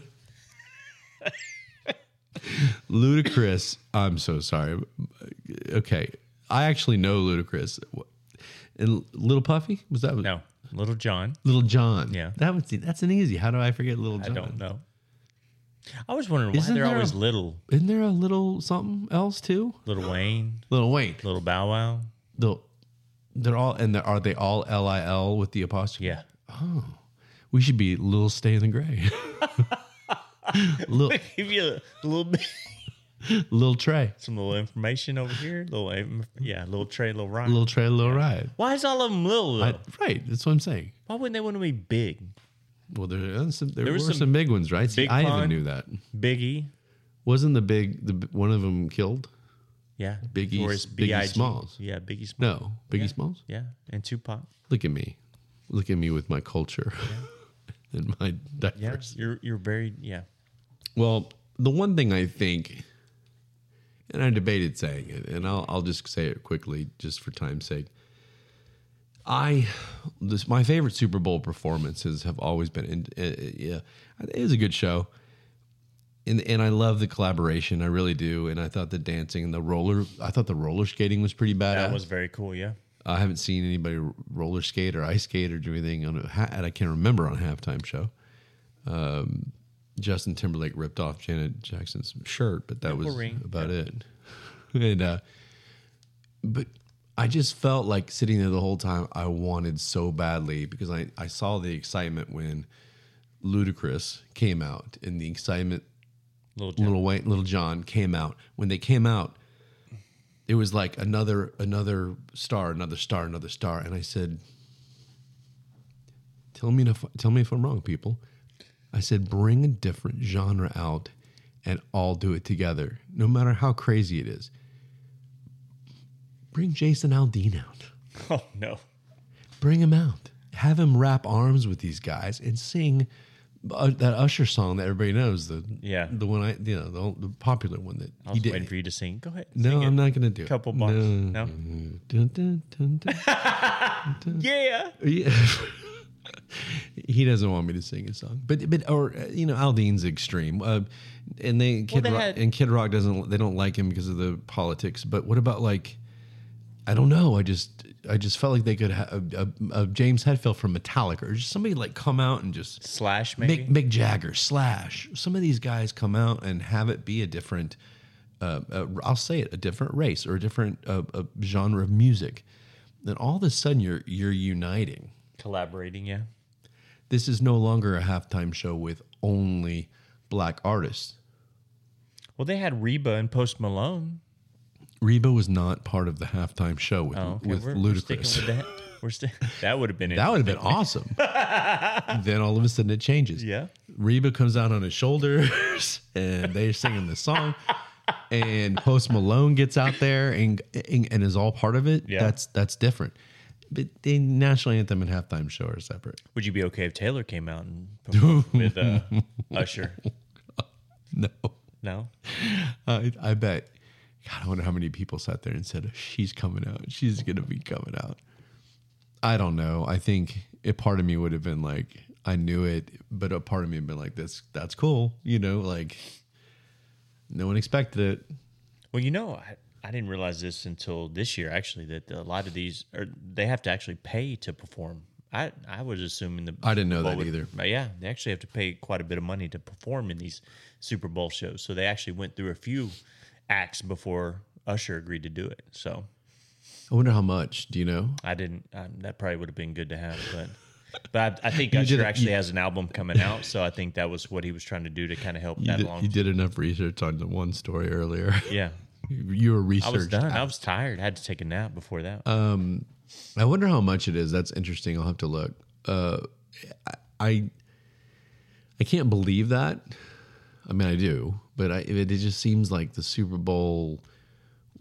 B: ludicrous. I'm so sorry. Okay, I actually know ludicrous. And Little Puffy was that?
C: no, Little John.
B: Little John.
C: Yeah.
B: that was that's an easy. How do I forget Little
C: I
B: John?
C: don't know. I was wondering
B: Isn't
C: why they're
B: there
C: always
B: a-
C: little.
B: Isn't there a little something else too?
C: Little Wayne,
B: Little Wayne.
C: Little Bow Wow.
B: The, they're all and they're, are they all L I L with the apostrophe?
C: Yeah.
B: We should be Lil Stay in the Gray. Lil,
C: Give you a little bit,
B: Lil Trey.
C: some little information over here. Little, aim- yeah, little Trey, little Ryan.
B: Lil Trey, Lil Ride.
C: Why is all of them little though?
B: I- right. That's what I'm saying.
C: Why wouldn't they want to be big?
B: Well, there, uh, some, there,
C: There
B: were
C: was
B: some,
C: some
B: big ones, right? See,
C: Big
B: I
C: Pun.
B: even knew that.
C: Biggie,
B: Wasn't the big the b- one of them killed?
C: yeah.
B: Biggie-
C: Or it's
B: Biggie
C: B.I.G..
B: Smalls.
C: Yeah, Biggie Smalls.
B: No, Biggie Smalls.
C: Yeah, and Tupac.
B: Look at me, look at me with my culture and my
C: Yeah,
B: diversity.
C: you're you're very yeah.
B: Well, the one thing I think, and I debated saying it, and I'll, I'll just say it quickly, just for time's sake. I, this my favorite Super Bowl performances have always been. In, uh, yeah, it was a good show, and and I love the collaboration. I really do. And I thought the dancing and the roller, I thought the roller skating was pretty badass.
C: That was very cool. Yeah,
B: I haven't seen anybody roller skate or ice skate or do anything on a ha- and I can't remember on a halftime show. Um, Justin Timberlake ripped off Janet Jackson's shirt, but that was
C: ring,
B: about it. and uh, but I just felt like sitting there the whole time. I wanted so badly because I I saw the excitement when Ludacris came out and the excitement
C: little John.
B: Little Wayne, Little John came out. When they came out, it was like another another star, another star, another star. And I said, "Tell me if tell me if I'm wrong, people." I said, "Bring a different genre out, and all do it together, no matter how crazy it is. Bring Jason Aldean out."
C: Oh no,
B: bring him out. Have him wrap arms with these guys and sing uh, that Usher song that everybody knows. The
C: Yeah.
B: the one I you know the, the popular one that
C: I
B: he
C: was waiting
B: did.
C: for you to sing. Go ahead.
B: No,
C: sing
B: I'm
C: it.
B: not gonna do it.
C: Couple bars. No.
B: Dun, dun, dun, dun.
C: Yeah.
B: Yeah. he doesn't want me to sing his song, but but or uh, you know Aldine's extreme, uh, and they Kid
C: they
B: Rock,
C: had-
B: and Kid Rock doesn't they don't like him because of the politics. But what about like I don't know. I just I just felt like they could have a, a, a James Hetfield from Metallica or just somebody like come out and just
C: Slash maybe.
B: Mick, Mick Jagger, Slash. Some of these guys come out and have it be a different, uh, uh, I'll say it, a different race or a different uh, uh, genre of music. Then all of a sudden you're you're uniting.
C: Collaborating. Yeah.
B: This is no longer a halftime show with only black artists.
C: Well, they had Reba and Post Malone.
B: Reba was not part of the halftime show with,
C: Oh, okay.
B: with
C: we're, we're sticking
B: Ludacris.
C: with that. We're sti- that would have been
B: that would have been awesome. then all of a sudden it changes.
C: Yeah.
B: Reba comes out on his shoulders and they're singing the song. And Post Malone gets out there and and, and is all part of it.
C: Yeah.
B: That's that's different. But the national anthem and halftime show are separate.
C: Would you be okay if Taylor came out and performed with uh, Usher?
B: No,
C: No.
B: Uh, I, I bet God, I wonder how many people sat there and said, She's coming out. She's going to be coming out. I don't know. I think a part of me would have been like, I knew it, but a part of me would have been like, That's, that's cool. You know, like no one expected it.
C: Well, you know, I, I didn't realize this until this year, actually, that a lot of these are they have to actually pay to perform. I I was assuming the
B: I didn't know
C: the
B: that
C: Bowl
B: either.
C: But yeah, they actually have to pay quite a bit of money to perform in these Super Bowl shows. So they actually went through a few acts before Usher agreed to do it. So
B: I wonder how much. Do you know?
C: I didn't. I, that probably would have been good to have, but. But I, I think
B: did
C: Usher
B: it-
C: actually
B: you-
C: has an album coming out, so I think that was what he was trying to do to kind of help
B: You
C: that
B: did,
C: along.
B: you did enough research on the one story earlier.
C: Yeah,
B: you were
C: I
B: researched.
C: was done. I
B: out.
C: was tired. I had to take a nap before that.
B: I wonder how much it is. That's interesting. I'll have to look. Uh, I, I I can't believe that. I mean, I do, but I, it, it just seems like the Super Bowl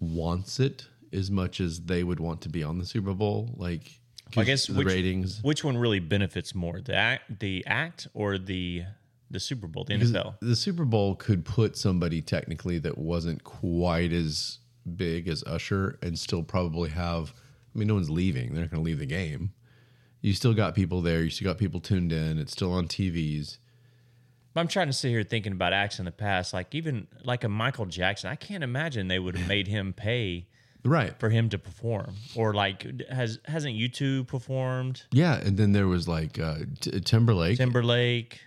B: wants it as much as they would want to be on the Super Bowl. Like,
C: I guess
B: the
C: which-
B: ratings.
C: Which one really benefits more, the act, the act, or the the Super Bowl, the NFL?
B: The Super Bowl could put somebody technically that wasn't quite as big as Usher and still probably have. I mean, no one's leaving. They're not going to leave the game. You still got people there. You still got people tuned in. It's still on TVs.
C: I'm trying to sit here thinking about acts in the past, like even like a Michael Jackson. I can't imagine they would have made him pay
B: Right.
C: for him to perform, or like has hasn't U two performed?
B: Yeah. And then there was like uh, T- Timberlake.
C: Timberlake.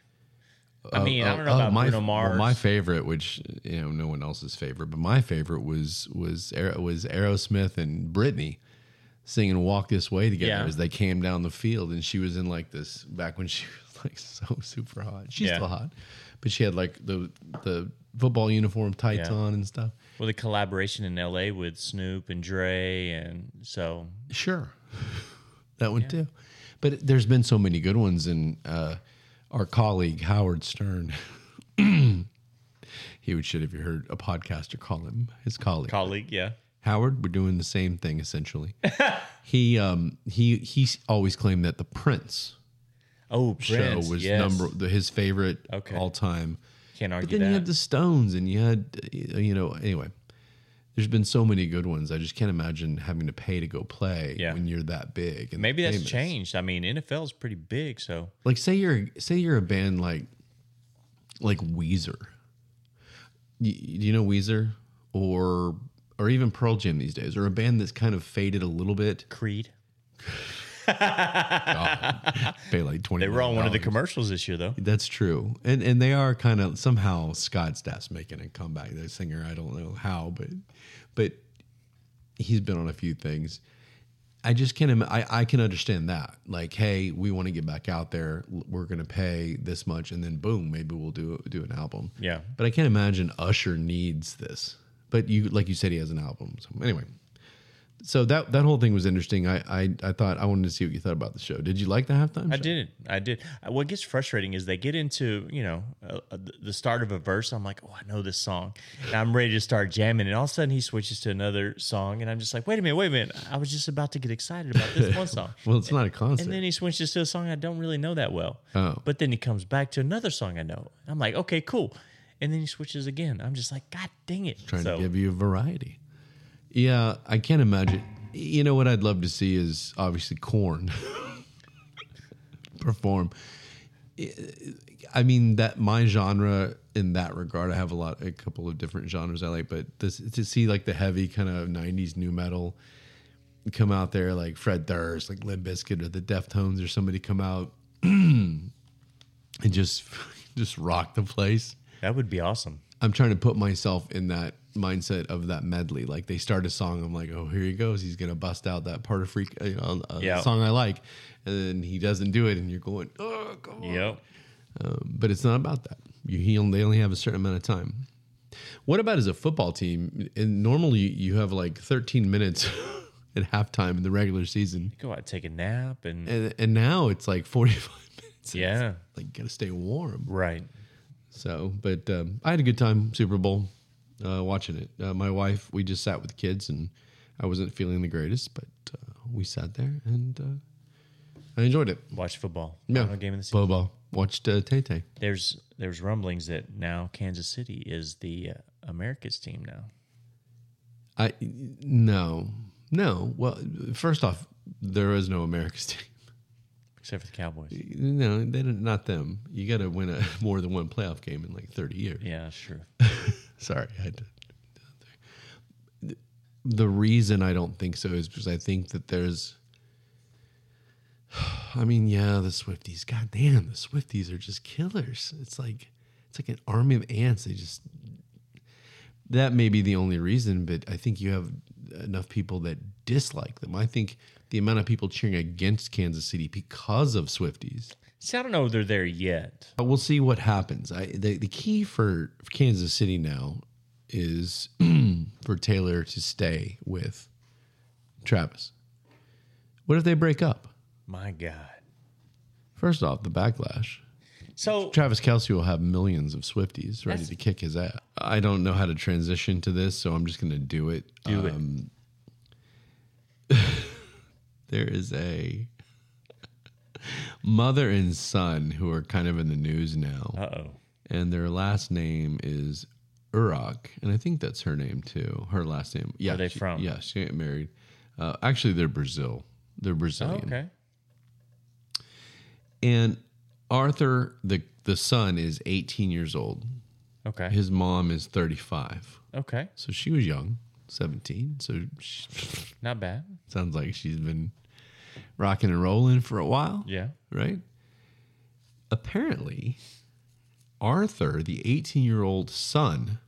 C: I mean, I don't know
B: Uh,
C: about
B: my,
C: Bruno Mars.
B: well, my favorite, which you know, no one else's favorite, but my favorite was was Aer- was Aerosmith and Britney singing "Walk This Way" together
C: Yeah.
B: as they came down the field, and she was in like this back when she was like so super hot. She's
C: Yeah.
B: still hot, but she had like the the football uniform tights
C: Yeah.
B: on and stuff.
C: well, the collaboration in L.A. with Snoop and Dre, and so
B: Sure, that one too. But it- there's been so many good ones, and uh, our colleague Howard Stern, he would shit if you heard a podcaster call him his colleague.
C: colleague, yeah,
B: Howard, we're doing the same thing essentially. he um he he always claimed that the Prince,
C: oh, Prince,
B: show was
C: yes.
B: number the, his favorite
C: Okay.
B: all time.
C: Can't argue
B: But then
C: that.
B: you had the Stones, and you had uh, you know anyway. There's been so many good ones. I just can't imagine having to pay to go play
C: Yeah.
B: when you're that big. And
C: Maybe that's
B: famous.
C: changed. I mean, NFL is pretty big, so
B: Like say you're say you're a band like like Weezer. Y- Do you know Weezer or or even Pearl Jam these days, or a band that's kind of faded a little bit?
C: Creed.
B: Pay like twenty.
C: They were on one of the
B: dollars.
C: commercials this year, though.
B: That's true, and and they are kind of somehow Scott Staff's making a comeback. The singer, I don't know how, but but he's been on a few things. I just can't. Im- I I can understand that. Like, hey, we want to get back out there. L- We're going to pay this much, and then boom, maybe we'll do do an album.
C: Yeah.
B: But I can't imagine Usher needs this. But you, like you said, he has an album. So anyway, so that that whole thing was interesting. I I, I thought I wanted to see what you thought about the show. Did you like the halftime?
C: I
B: show?
C: did. I did. Uh, What gets frustrating is they get into, you know, uh, uh, th- the start of a verse. I'm like, oh, I know this song. And I'm ready to start jamming. And all of a sudden he switches to another song. And I'm just like, wait a minute, wait a minute. I was just about to get excited about this one song.
B: Well, it's not a concert.
C: And then he switches to a song I don't really know that well.
B: Oh.
C: But then he comes back to another song I know. I'm like, okay, cool. And then he switches again. I'm just like, God dang it.
B: trying
C: So,
B: to give you variety. Yeah, I can't imagine. You know what I'd love to see is obviously Corn perform. I mean that my genre in that regard, I have a lot, a couple of different genres I like, but this, to see like the heavy kind of '90s new metal come out there, like Fred Durst, like Limp Bizkit or the Deftones, or somebody come out and just just rock the place.
C: that would be awesome.
B: I'm trying to put myself in that mindset of that medley. Like they start a song, I'm like, oh, here he goes. He's gonna bust out that part of freak, uh, you know, a
C: Yeah.
B: song I like, and then he doesn't do it, and you're going, oh, come on.
C: Yep.
B: But it's not about that. You he only, they only have a certain amount of time. What about as a football team? And normally you have like 13 minutes at halftime in the regular season,
C: Go out, take a nap, and,
B: and and now it's like 45 minutes.
C: yeah,
B: Like you gotta stay warm.
C: right.
B: So, but um, I had a good time Super Bowl uh, watching it. Uh, my wife, we just sat with the kids, and I wasn't feeling the greatest, but uh, we sat there and uh, I enjoyed it.
C: Watch football.
B: Yeah,
C: Final game of the season.
B: Bobo watched uh, Tay Tay.
C: There's there's rumblings that now Kansas City is the uh, America's team now.
B: I no no. Well, first off, there is no America's team.
C: except for the Cowboys.
B: No, they didn't, not them. You got to win a, more than one playoff game in like thirty years.
C: Yeah, sure.
B: Sorry, I had to. The reason I don't think so is because I think that there's. I mean, yeah, the Swifties. God damn, the Swifties are just killers. It's like it's like an army of ants. They just that may be the only reason, but I think you have enough people that dislike them. I think the amount of people cheering against Kansas City because of Swifties
C: See, I don't know if they're there yet.
B: but we'll see what happens. I the, the key for Kansas City now is for Taylor to stay with Travis. What if they break up?
C: My God.
B: First off, the backlash.
C: So
B: Travis Kelsey will have millions of Swifties ready to kick his ass. I don't know how to transition to this, so I'm just going to do it. Um,
C: do it.
B: there is a mother and son who are kind of in the news now.
C: Uh oh.
B: and their last name is Urach, and I think that's her name too. Her last name, yeah.
C: Where they
B: she-
C: from?
B: Yeah, she got married. Uh, actually, they're Brazil. They're Brazilian.
C: Oh, Okay.
B: And Arthur, the the son, is 18 years old.
C: Okay.
B: His mom is 35,
C: Okay.
B: so she was young, 17. So she,
C: Not bad.
B: sounds like she's been rocking and rolling for a while.
C: Yeah.
B: right? Apparently, Arthur, the 18 year old son,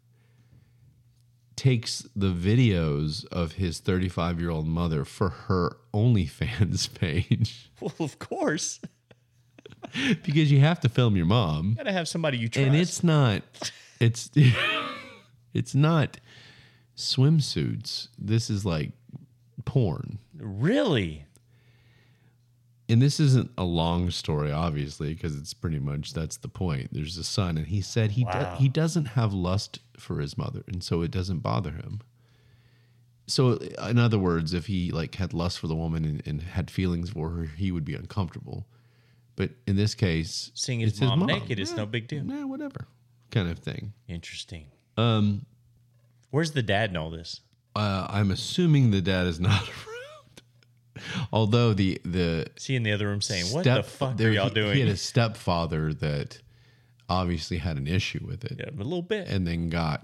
B: takes the videos of his 35 year old mother for her OnlyFans page
C: Well, of course.
B: because you have to film your mom.
C: Gotta have somebody you trust.
B: And it's not, it's, it's not swimsuits. This is like porn.
C: really
B: and this isn't a long story obviously because it's pretty much that's the point there's a son and he said he do-
C: Wow.
B: he doesn't have lust for his mother and so it doesn't bother him so in other words if he like had lust for the woman and, and had feelings for her he would be uncomfortable but in this case
C: seeing his
B: it's
C: mom, naked is
B: Yeah,
C: no big deal.
B: yeah, whatever kind of thing
C: Interesting. Um, where's the dad in all this?
B: uh, i'm assuming the dad is not around although the the
C: Is he in the other room saying, "What the
B: step-
C: fuck
B: there-
C: are y'all
B: he-
C: doing?"
B: He had a stepfather that obviously had an issue with it
C: yeah, a little bit.
B: and then got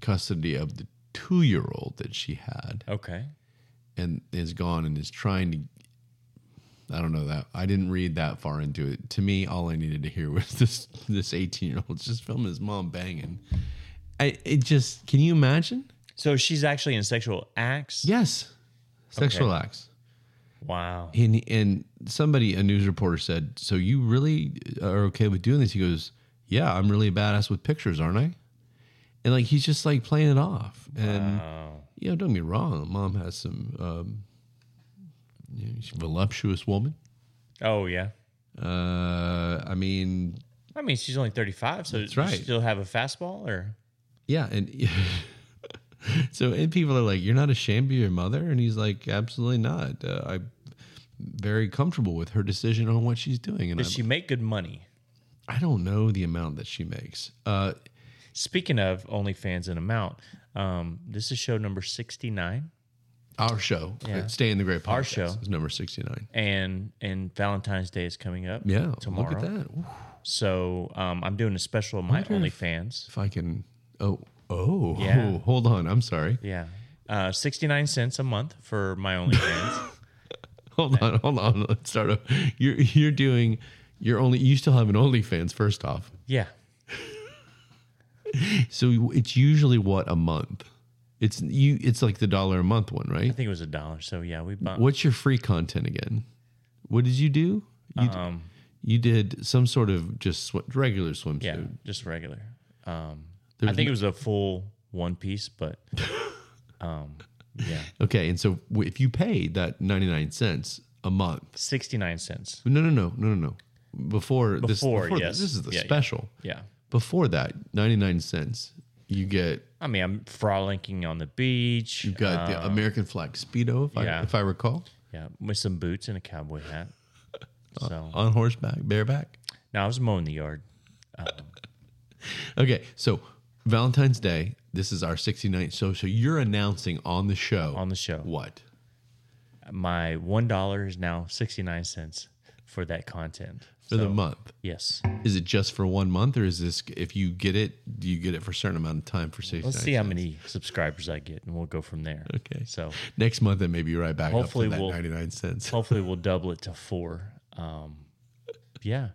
B: custody of the two year old that she had
C: okay.
B: and is gone and is trying to. I don't know that. I didn't read that far into it. To me, all I needed to hear was this this 18 year old just filming his mom banging. I, it just, can you imagine?
C: So she's actually in sexual acts.
B: Yes. Sexual acts.
C: Wow.
B: and and somebody a news reporter said so you really are okay with doing this he goes yeah i'm really badass with pictures aren't i and like he's just like playing it off and
C: Oh,
B: you know don't get me wrong mom has some um you know, she's a voluptuous woman
C: oh yeah.
B: uh i mean
C: I mean, she's only thirty-five, so does
B: right.
C: she still have a fastball, or
B: yeah and so and people are like you're not ashamed of your mother and he's like absolutely not uh, i'm very comfortable with her decision on what she's doing and
C: does
B: I'm-
C: she make good money?
B: i don't know the amount that she makes uh
C: Speaking of OnlyFans and amount, um, this is show number sixty-nine,
B: Our show, uh,
C: Yeah.
B: Stay in the Great Podcast.
C: Our show.
B: is number 69.
C: and and Valentine's Day is coming up.
B: Yeah,
C: tomorrow.
B: Look at that. Ooh,
C: So um, I'm doing a special of my
B: wonder if-
C: OnlyFans.
B: If I can. Oh, oh,
C: Yeah.
B: hold on. I'm sorry.
C: Yeah. Uh, 69 cents a month for my OnlyFans.
B: Hold on, hold on. Let's start up. You're you're doing. You're only. You still have an OnlyFans. First off,
C: yeah.
B: so it's usually what a month. It's you. It's like the dollar a month one,
C: I
B: right?
C: think it was a dollar. So yeah, we bought.
B: What's your free content again? What did you do? You, d-
C: Um,
B: you did some sort of just sw- regular swimsuit.
C: yeah, just regular. Um, I
B: There's
C: think it was a full one piece, but um, yeah,
B: Okay, and so w- if you paid that ninety nine cents a month,
C: 69 cents.
B: No, no, no, no, no, no. Before, this,
C: Before,
B: before
C: yes.
B: this is the
C: Yeah, yeah.
B: special.
C: Yeah.
B: Before that, ninety nine cents. You get
C: I mean, I'm frolicking on the beach.
B: you got the American flag speedo, if,
C: Oh. yeah.
B: I, if I recall,
C: yeah, with some boots and a cowboy hat. So
B: on horseback, bareback.
C: now I was mowing the yard.
B: Okay, so Valentine's Day. This is our 69th show. So you're announcing on the show.
C: on the show.
B: What?
C: My one dollar is now sixty nine cents for that content.
B: For the month.
C: Yes.
B: Is it just for one month or is this, if you get it, do you get it for a certain amount of time for 69
C: Let's see how many subscribers I get, and we'll go from there.
B: Okay.
C: So
B: Next month, it may be right back
C: Hopefully
B: up to that
C: we'll-
B: 99 cents.
C: hopefully we'll double it to four. Um, yeah,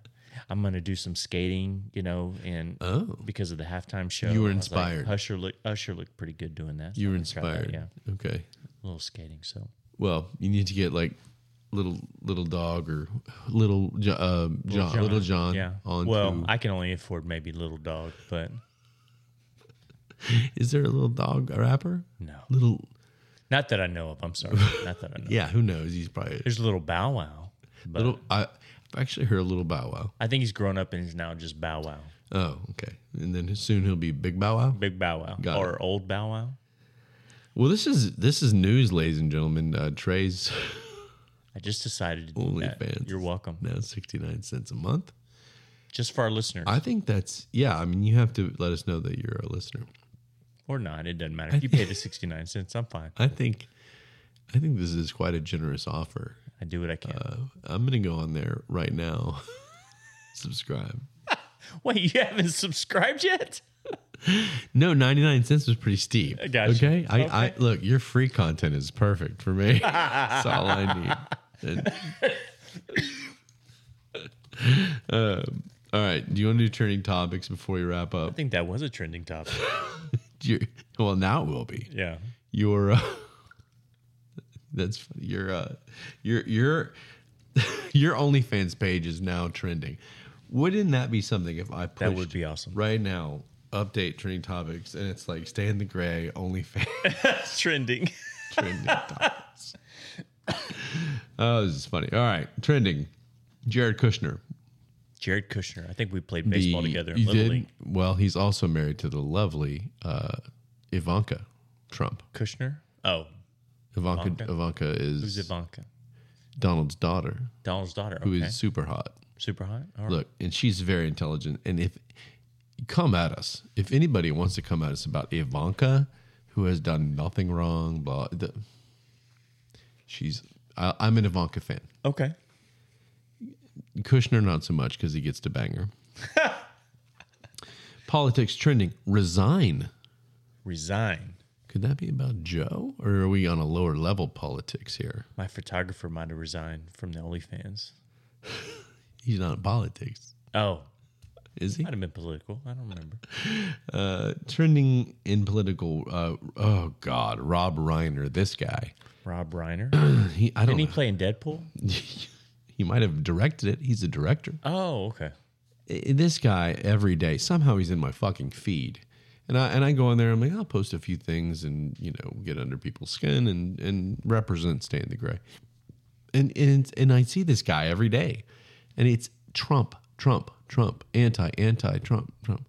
C: I'm gonna do some skating, you know, and
B: Oh.
C: because of the halftime show,
B: You were
C: I was like,
B: inspired.
C: Usher look Usher looked pretty good doing that. so
B: You were
C: I'm gonna try that,
B: inspired.
C: yeah,
B: Okay.
C: a little skating. So
B: Well, you need to get like little little dog or little Jo- uh, John, little John
C: yeah.
B: on.
C: well, I can only afford maybe little dog, but
B: is there a little dog rapper?
C: no,
B: Little,
C: not that I know of. I'm sorry, not that I know.
B: yeah. Who knows? He's probably
C: There's little Bow Wow, but
B: little. I, I've actually heard a little Bow Wow.
C: I think he's grown up and he's now just Bow Wow,
B: Oh, okay. And then soon he'll be Big Bow Wow.
C: big Bow Wow,
B: Got
C: or old Bow Wow.
B: Well, this is this is news, ladies and gentlemen. Uh, Trey's
C: I just decided to do that.
B: OnlyFans.
C: You're welcome.
B: now sixty nine cents a month.
C: Just for our listeners.
B: I think that's yeah. I mean, you have to let us know that you're a listener.
C: or not. It doesn't matter. If you pay the 69 cents, I'm fine.
B: I think I think this is quite a generous offer.
C: I do what I can.
B: Uh, I'm gonna go on there right now. Subscribe.
C: Wait, you haven't subscribed yet?
B: No, 99 cents was pretty steep.
C: I got you.
B: Okay. I, I
C: Okay.
B: look, your free content is perfect for me. That's all I need. And- Um, all right. Do you want to do trending topics before we wrap
C: I
B: up?
C: think that was a trending topic.
B: Your, well, now it will be
C: Yeah.
B: your. Uh, that's funny. your uh, your your your OnlyFans page is now trending. Wouldn't that be something if I pushed
C: That would be awesome.
B: right now update trending topics and it's like stay in the gray OnlyFans.
C: trending.
B: trending topics. oh, this is funny. All right, trending. Jared Kushner.
C: Jared Kushner. I think we played baseball
B: The-
C: together in
B: you
C: Little
B: did-
C: League.
B: Well, he's also married to the lovely uh, Ivanka Trump.
C: Kushner? Oh,
B: Ivanka Ivanka,
C: Ivanka?
B: is
C: who's Ivanka?
B: Donald's daughter,
C: Donald's daughter. Okay.
B: who is super hot.
C: Super hot. All right.
B: Look, and she's very intelligent. And if come at us, if anybody wants to come at us about Ivanka, who has done nothing wrong, blah, the, she's. I, I'm an Ivanka fan.
C: Okay.
B: Kushner, not so much because he gets to bang her. Politics trending. Resign.
C: Resign.
B: Could that be about Joe? Or are we on a lower level politics here?
C: My photographer might have resigned from the OnlyFans.
B: He's not in politics,
C: Oh,
B: is he?
C: might have been political. I don't remember.
B: Uh, trending in political. Uh, oh, God. Rob Reiner, this guy.
C: Rob Reiner.
B: He, I don't
C: Didn't he
B: know.
C: play in Deadpool?
B: He might have directed it. He's a director.
C: Oh, okay.
B: I- This guy, every day, somehow he's in my fucking feed. And I, and I go on there, I'm like, I'll post a few things and, you know, get under people's skin and, and represent Stay in the Gray. and and and I see this guy every day, and it's Trump, Trump, Trump, anti, anti, Trump, Trump.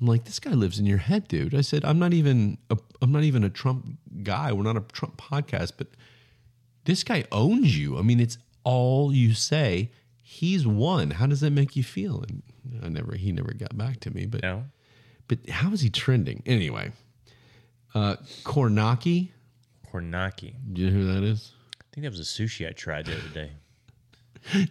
B: I'm like, this guy lives in your head, dude. I said, I'm not even a, I'm not even a Trump guy. We're not a Trump podcast, but this guy owns you. I mean, it's all you say. He's won. How does that make you feel? And I never, he never got back to me. But
C: No.
B: but how is he trending anyway? Uh, Kornacki,
C: Kornacki.
B: do you know who that is?
C: I think that was a sushi I tried the other day.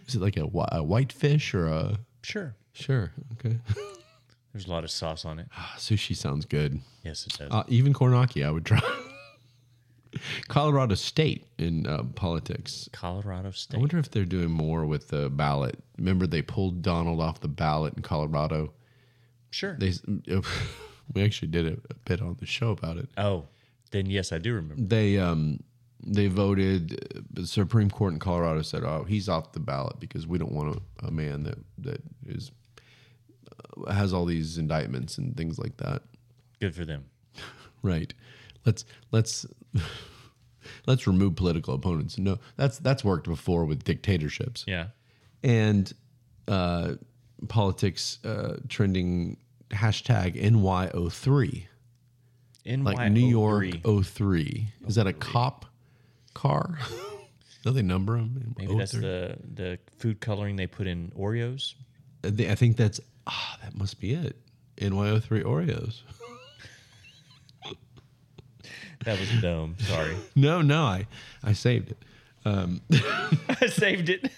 B: Is it like a, whi- a white fish or a
C: Sure.
B: Sure. Okay. Ah,
C: There's a lot of sauce on it.
B: Sushi sounds good.
C: Yes, it does.
B: Uh, even Kornaki, I would try. Colorado State in uh, politics.
C: Colorado
B: I
C: State.
B: wonder if they're doing more with the ballot. Remember, they pulled Donald off the ballot in Colorado.
C: sure.
B: They we actually did a, a bit on the show about it.
C: oh, then yes, I do remember.
B: They um they voted. uh, The Supreme Court in Colorado said, "Oh, he's off the ballot because we don't want a, a man that that is uh, has all these indictments and things like that."
C: Good for them.
B: Right. Let's let's let's remove political opponents. No, that's that's worked before with dictatorships
C: Yeah.
B: and uh, politics uh, trending hashtag NY03
C: In
B: like New York 03. Is that a cop car? Don't they number them?
C: Maybe that's the the food coloring they put in Oreos.
B: I think that's ah, that must be it. NY03 Oreos.
C: That was dumb. Sorry.
B: No, no, I, I saved it.
C: I saved it.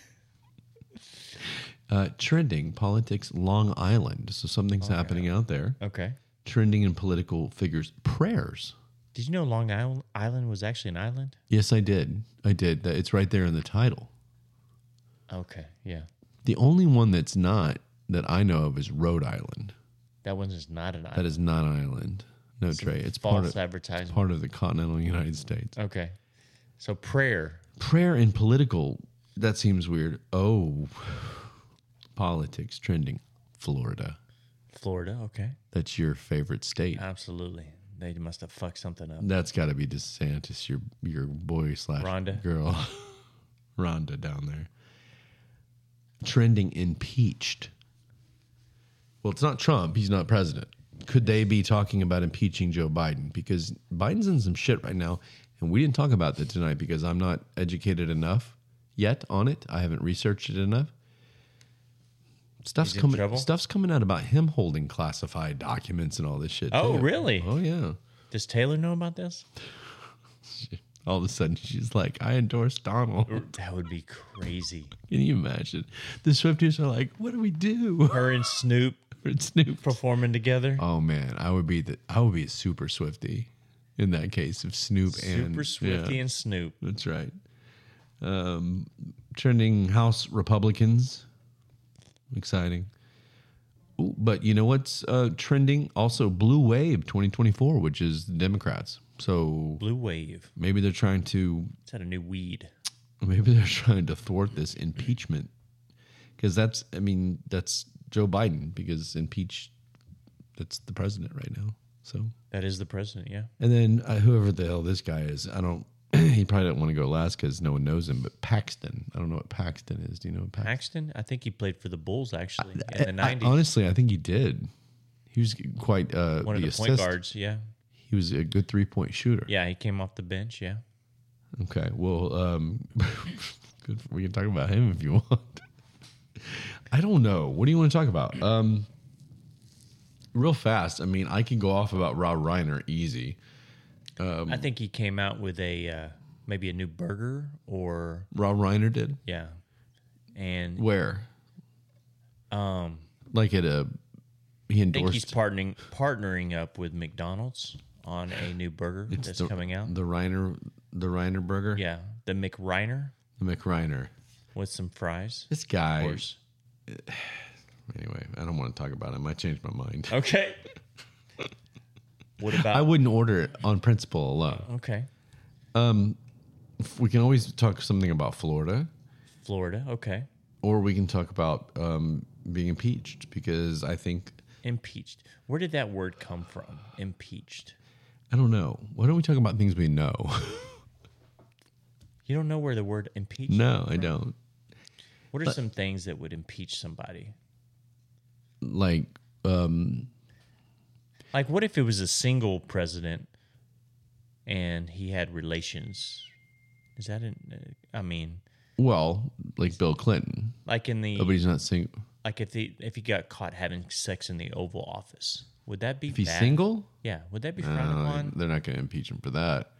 B: Uh, trending politics, Long Island. So something's happening out there.
C: Okay.
B: Trending in political figures, prayers.
C: Did you know Long Isl- Island was actually an island?
B: Yes, I did. I did. That- It's right there in the title.
C: Okay. Yeah.
B: The only one that's not that I know of is Rhode Island.
C: That one's just not an
B: That
C: island.
B: is not an island. No, Trey. It's part
C: False
B: of,
C: advertisement.
B: part of the continental United States.
C: okay. So prayer.
B: Prayer and political. That seems weird. Oh, politics trending. Florida.
C: Florida. Okay.
B: That's your favorite state.
C: Absolutely. They must have fucked something up.
B: That's got to be DeSantis, your your boy slash
C: Rhonda.
B: girl, Rhonda down there. Trending impeached. Well, it's not Trump. He's not president. Could they be talking about impeaching Joe Biden? Because Biden's in some shit right now, and we didn't talk about that tonight because I'm not educated enough yet on it. I haven't researched it enough. Stuff's
C: He's in
B: coming.
C: trouble?
B: Stuff's coming out about him holding classified documents and all this shit.
C: Oh,
B: too.
C: really?
B: Oh, yeah
C: Does Taylor know about this?
B: all of a sudden she's like, I endorse Donald.
C: That would be crazy.
B: Can you imagine? The Swifties are like, what do we do?
C: Her and Snoop
B: It's Snoop.
C: performing together.
B: Oh man, I would be the I would be a super Swifty in that case if Snoop and
C: Super Swifty
B: yeah,
C: and Snoop.
B: that's right. Um, trending House Republicans, exciting. Ooh, but you know what's uh, trending? Also, Blue Wave 2024, which is the Democrats. So
C: Blue Wave.
B: maybe they're trying to
C: Is that a new weed?
B: Maybe they're trying to thwart this impeachment because that's, I mean, that's Joe Biden because impeach, that's the president right now. So,
C: That is the president, yeah.
B: and then uh, whoever the hell this guy is, I don't, he probably didn't want to go last because no one knows him, but Paxton, I don't know what Paxton is. Do you know what Paxton?
C: Paxton, I think he played for the Bulls actually in the
B: I-
C: 90s.
B: honestly, I think he did. He was quite uh,
C: One of the point
B: assist.
C: guards, yeah.
B: He was a good three point shooter.
C: Yeah, he came off the bench, yeah.
B: Okay. Well, um, good. For, we can talk about him if you want. I don't know. What do you want to talk about? Um, real fast. I mean, I can go off about Rob Reiner easy. Um,
C: I think he came out with a uh, maybe a new burger or
B: Rob Reiner did
C: yeah. And
B: where?
C: um
B: Like at a he
C: I think he's
B: endorsed
C: partnering partnering up with McDonald's on a new burger that's
B: the-
C: coming out.
B: the Reiner the Reiner burger.
C: yeah, the McReiner
B: the McReiner.
C: with some fries.
B: This
C: Of
B: guy.
C: course.
B: Anyway, I don't want to talk about him. I changed my mind.
C: Okay. what
B: I
C: about
B: wouldn't order it on principle alone.
C: okay
B: We can always talk something about Florida.
C: Florida? Okay,
B: or we can talk about um, being impeached because I think
C: impeached. Where did that word come from? Impeached.
B: I don't know. Why don't we talk about things we know?
C: You don't know where the word impeached.
B: no, I don't.
C: What are some things that would impeach somebody?
B: Like um,
C: Like, what if it was a single president and he had relations? Is that an? uh, I mean,
B: well, like Bill Clinton,
C: like in the
B: but he's not single.
C: like if he if he got caught having sex in the Oval Office, would that be
B: If he's
C: bad?
B: single,
C: Yeah, would that be
B: no,
C: frowned upon?
B: they're not going to impeach him for that.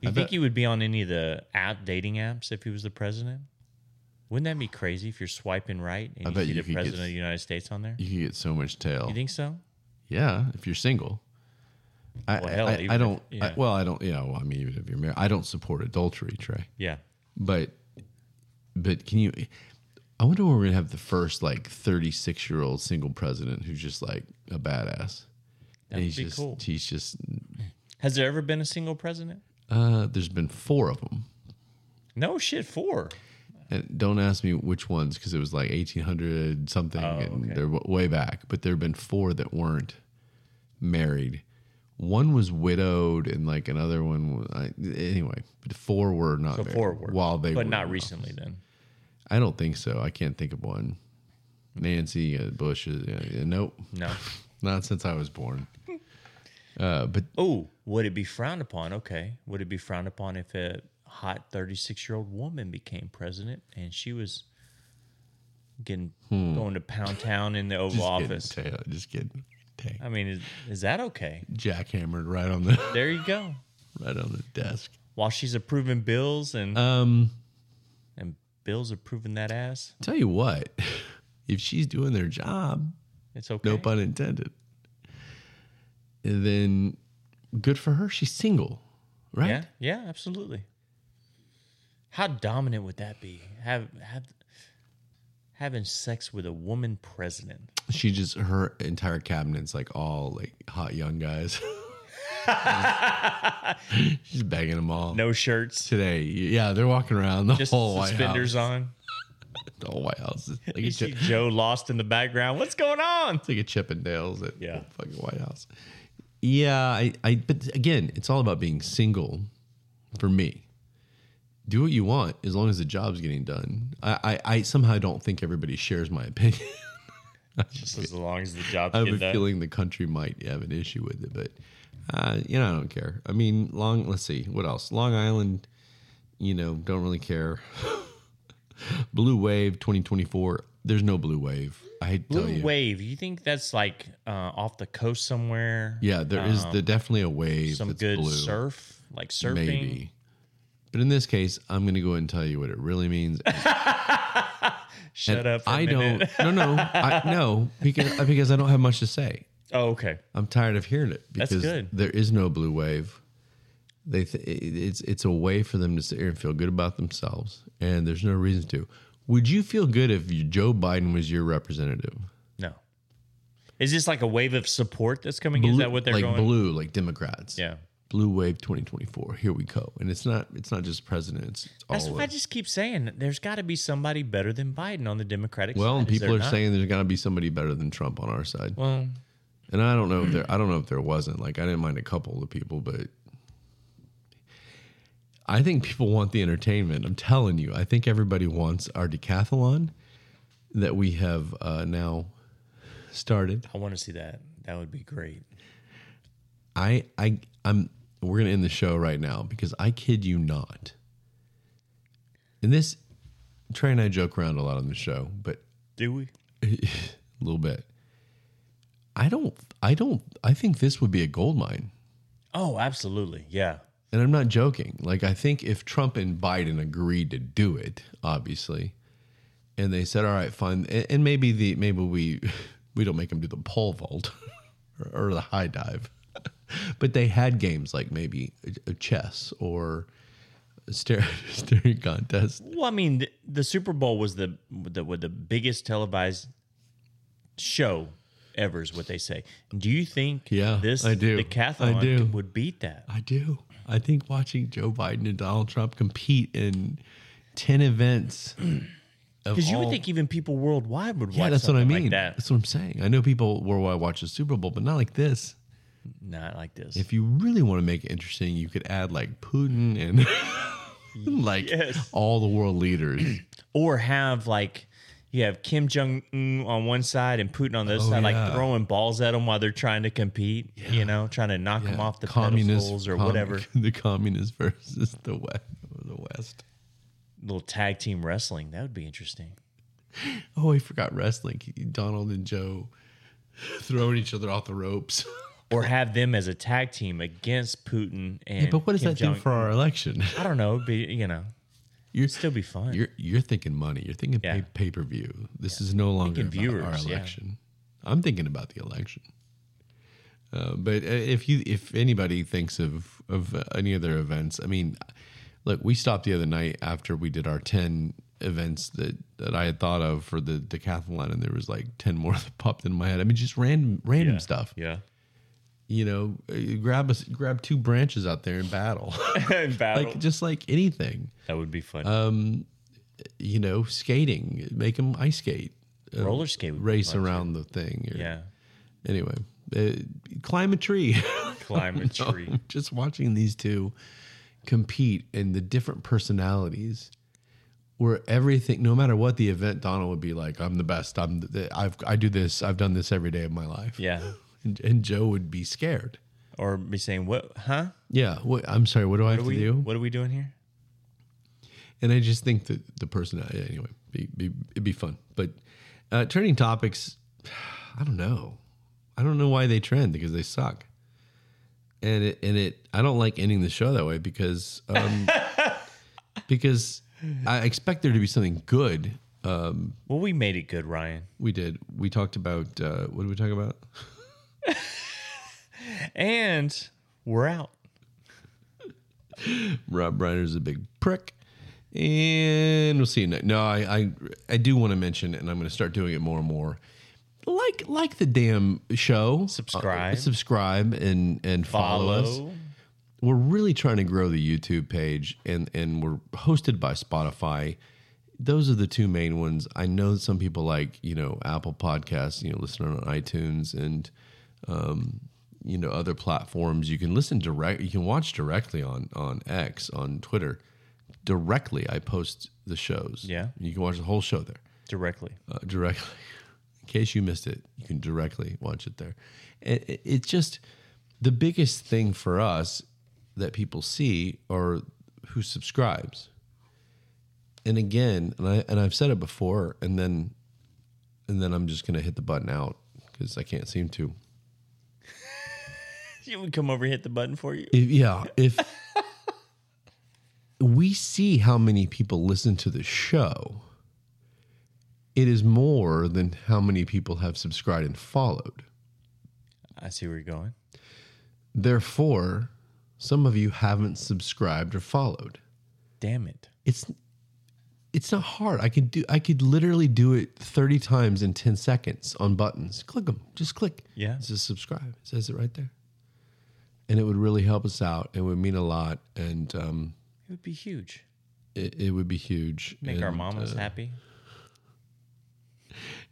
C: Do you
B: I
C: think
B: bet-
C: he would be on any of the app dating apps if he was the president? Wouldn't that be crazy if you're swiping right and
B: I
C: you
B: bet
C: see
B: you could
C: the
B: get
C: president
B: s-
C: of the United States on there?
B: You could get so much tail.
C: You think so?
B: Yeah, if you're single. I,
C: Well, hell,
B: I,
C: even
B: I
C: if-
B: don't. I-
C: yeah.
B: well, I don't. Yeah. Well, I mean, even if you're married, I don't support adultery, Trey.
C: Yeah.
B: But but can you I wonder when we're gonna have the first like thirty six year old single president who's just like a badass.
C: That
B: and
C: would
B: he's
C: be
B: just
C: cool.
B: he's just
C: Has there ever been a single president?
B: uh there's been four of them.
C: No shit, four.
B: And don't ask me which ones because it was like eighteen hundred something,
C: Oh,
B: and they're w- way back. But there have been four that weren't married. One was widowed, and like another one. Was, I, anyway, but four were not
C: So
B: married
C: four were.
B: while they
C: but
B: were
C: not
B: in
C: recently then.
B: I don't think so. I can't think of one. Nancy uh, Bush. Uh, uh, nope.
C: No.
B: Not since I was born. Uh, but
C: Oh, would it be frowned upon? Okay. Would it be frowned upon if a hot 36 year old woman became president and she was getting going to Pound Town in the Oval
B: just
C: Office?
B: Hmm. getting tail, just getting tail,
C: I mean, is, is that okay?
B: jackhammered right on the
C: There you go.
B: right on the desk.
C: While she's approving bills and
B: Um,
C: and bills approving that ass,
B: tell you what, if she's doing their job,
C: it's okay.
B: no pun intended, and then good for her. She's single, right?
C: Yeah, yeah, absolutely. How dominant would that be? Have have having sex with a woman president?
B: She just her entire cabinet's like all like hot young guys. she's begging them all.
C: No shirts,
B: Today, yeah, they're walking around the
C: just
B: whole White
C: suspenders
B: House.
C: on.
B: The whole White House is like a
C: You see
B: chi-
C: Joe lost in the background. What's going on?
B: it's like a Chippendales at
C: Yeah.
B: the fucking White House. Yeah, I, I. But again, it's all about being single. For me, do what you want as long as the job's getting done. I, I, I somehow don't think everybody shares my opinion.
C: Just as long as the job
B: I have
C: did
B: a
C: that.
B: feeling the country might have an issue with it, but uh, you know, I don't care. I mean, Long. Let's see what else. Long Island, you know, don't really care. blue Wave 2024. There's no Blue Wave. I hate to tell
C: Blue
B: you.
C: wave. You think that's like uh, off the coast somewhere?
B: Yeah, there is the definitely a wave.
C: Um, Some
B: that's
C: good
B: blue,
C: surf, like surfing.
B: maybe. But in this case, I'm going to go ahead and tell you what it really means. And
C: Shut up. for a
B: I
C: minute.
B: don't. No, no, I, no, because because I don't have much to say.
C: Oh, okay.
B: I'm tired of hearing it because
C: That's good.
B: there is no blue wave. They th- it's it's a way for them to sit here and feel good about themselves, and there's no reason to. Would you feel good if you- Joe Biden was your representative?
C: No. Is this like a wave of support that's coming? Is that what they're
B: like
C: going?
B: blue, like Democrats?
C: Yeah.
B: blue wave 2024. Here we go, and it's not it's not just presidents. It's
C: That's
B: all
C: what I
B: of,
C: just keep saying. There's got to be somebody better than Biden on the Democratic side.
B: well, and
C: is
B: people
C: there
B: are
C: not?
B: saying there's got to be somebody better than Trump on our side,
C: well,
B: and I don't know if there I don't know if there wasn't. Like I didn't mind a couple of people, but I think people want the entertainment. I'm telling you, I think everybody wants our decathlon that we have uh, now started.
C: I want to see that. That would be great.
B: I I I'm we're gonna end the show right now because I kid you not. And this Trey and I joke around a lot on the show, but
C: Do we?
B: a little bit. I don't I don't I think this would be a gold mine.
C: Oh, absolutely. Yeah.
B: And I'm not joking. Like I think if Trump and Biden agreed to do it, obviously, and they said, "All right, fine," and, and maybe the maybe we we don't make them do the pole vault or, or the high dive, but they had games like maybe a, a chess or a stair staring contest.
C: Well, I mean, the, the Super Bowl was the, the was the biggest televised show ever, is what they say. Do you think?
B: Yeah,
C: this
B: I do.
C: decathlon
B: I do.
C: would beat that.
B: I do. I think watching Joe Biden and Donald Trump compete in ten events.
C: Because you would
B: all-
C: think even people worldwide would watch
B: Yeah, that's what I
C: something
B: mean.
C: Like that.
B: That's what I'm saying. I know people worldwide watch the Super Bowl, but not like this.
C: Not like this.
B: if you really want to make it interesting, you could add like Putin and like
C: Yes.
B: all the world leaders.
C: or have like you have Kim Jong Un on one side and Putin on the other
B: Oh,
C: side,
B: yeah.
C: like throwing balls at them while they're trying to compete. You know, trying to knock them off the pedestals or
B: com-
C: whatever.
B: The communists versus the West. The West.
C: Little tag team wrestling that would be interesting.
B: Oh, I forgot wrestling. Donald and Joe throwing each other off the ropes.
C: Or have them as a tag team against Putin and.
B: but what does
C: Kim
B: that do
C: Jong-
B: for our election?
C: I don't know. It'd Be you know,
B: You're
C: it'd still be fun.
B: you're you're thinking money. You're thinking
C: Yeah.
B: pay per view. This is no longer about
C: Thinking
B: our
C: viewers, yeah.
B: election. I'm thinking about the election. Uh, but uh, if you if anybody thinks of of uh, any other events, I mean, look, we stopped the other night after we did our ten events that that I had thought of for the decathlon, and there was like ten more that popped into my head. I mean, just random random stuff.
C: yeah.
B: You know, uh, grab us grab two branches out there and battle,
C: In battle.
B: like just uh, like anything
C: that would be fun.
B: you know, skating, make them ice skate,
C: Roller skate. Would
B: uh, race
C: Be fun.
B: around the thing. or-
C: Yeah.
B: Anyway, uh, climb a tree.
C: Climb a tree.
B: Just watching these two compete and the different personalities. Where everything, no matter what the event, Donald would be like, "I'm the best. I'm. The, I've. I do this. I've done this every day of my life."
C: Yeah.
B: And, and Joe would be scared.
C: Or be saying, "What? Huh?
B: Yeah. What, I'm sorry. What do I have
C: What are
B: to
C: we?
B: do?
C: What are we doing here?"
B: and I just think that the personality. Anyway, be, be, it'd be fun. But uh, trending topics, I don't know. I don't know why they trend because they suck. and it and it I don't like ending the show that way because um, because I expect there to be something good. Um,
C: Well, we made it good, Ryan.
B: we did. We talked about uh, what did we talk about?
C: And we're out.
B: Rob Reiner's a big prick. And we'll see. you ne- No, I, I, I do want to mention, and I'm going to start doing it more and more. Like, like the damn show.
C: Subscribe.
B: Uh, subscribe and and follow, us.
C: Follow.
B: We're really trying to grow the YouTube page, and and we're hosted by Spotify. Those are the two main ones. I know that some people like you know Apple Podcasts, you know, listen on iTunes and um, you know other platforms you can listen direct you can watch directly on on x on twitter directly i post the shows
C: Yeah.
B: you can watch the whole show there
C: directly.
B: uh, directly in case you missed it you can directly watch it there and it- it's just the biggest thing for us that people see are who subscribes and again and i and i've said it before and then and then i'm just going to hit the button out because i can't seem to
C: You would come over, hit the button for you.
B: If, yeah, if we see how many people listen to the show, it is more than how many people have subscribed and followed.
C: I see where you're going.
B: Therefore, some of you haven't subscribed or followed.
C: Damn it.
B: It's it's not hard. I could do I could literally do it 30 times in 10 seconds on buttons. Click them. Just click.
C: Yeah.
B: It says subscribe. It says it right there. And it would really help us out. It would mean a lot. And um,
C: It would be huge.
B: it, it would be huge.
C: Make
B: and,
C: our mamas
B: uh,
C: happy.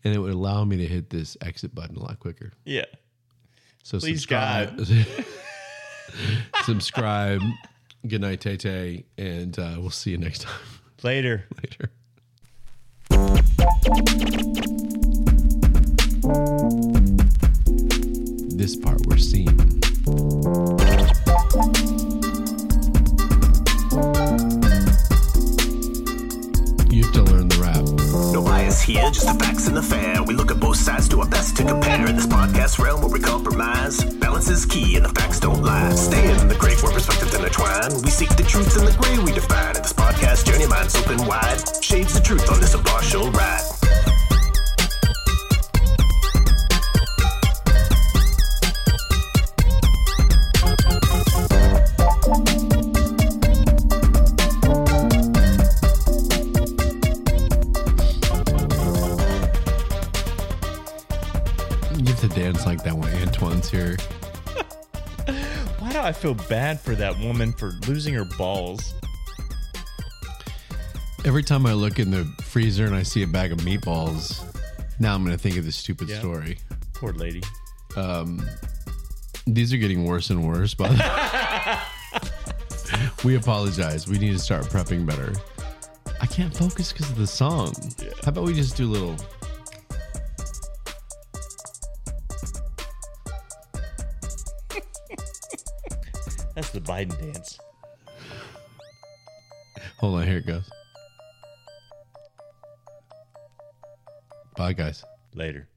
B: and it would allow me to hit this exit button a lot quicker.
C: Yeah.
B: So
C: Please,
B: subscribe. subscribe. Good night, Tay Tay, and uh, we'll see you next time.
C: Later.
B: Later. This part we're seeing. You have to learn the rap.
A: No bias here, just the facts and the fair. We look at both sides, do our best to compare. In this podcast realm where we compromise, balance is key and the facts don't lie. Stay in the great where perspectives intertwine. We seek the truth in the gray we define. In this podcast journey, minds open wide. Shades the truth on this impartial ride.
B: You have to dance like that when Antoine's here.
C: Why do I feel bad for that woman for losing her balls?
B: Every time I look in the freezer and I see a bag of meatballs, now I'm going to think of this stupid
C: Yeah.
B: story.
C: Poor lady.
B: These are getting worse and worse, by the We apologize. We need to start prepping better. I can't focus because of the song. How about we just do little.
C: That's the Biden dance.
B: Hold on, here it goes. Bye, guys.
C: Later.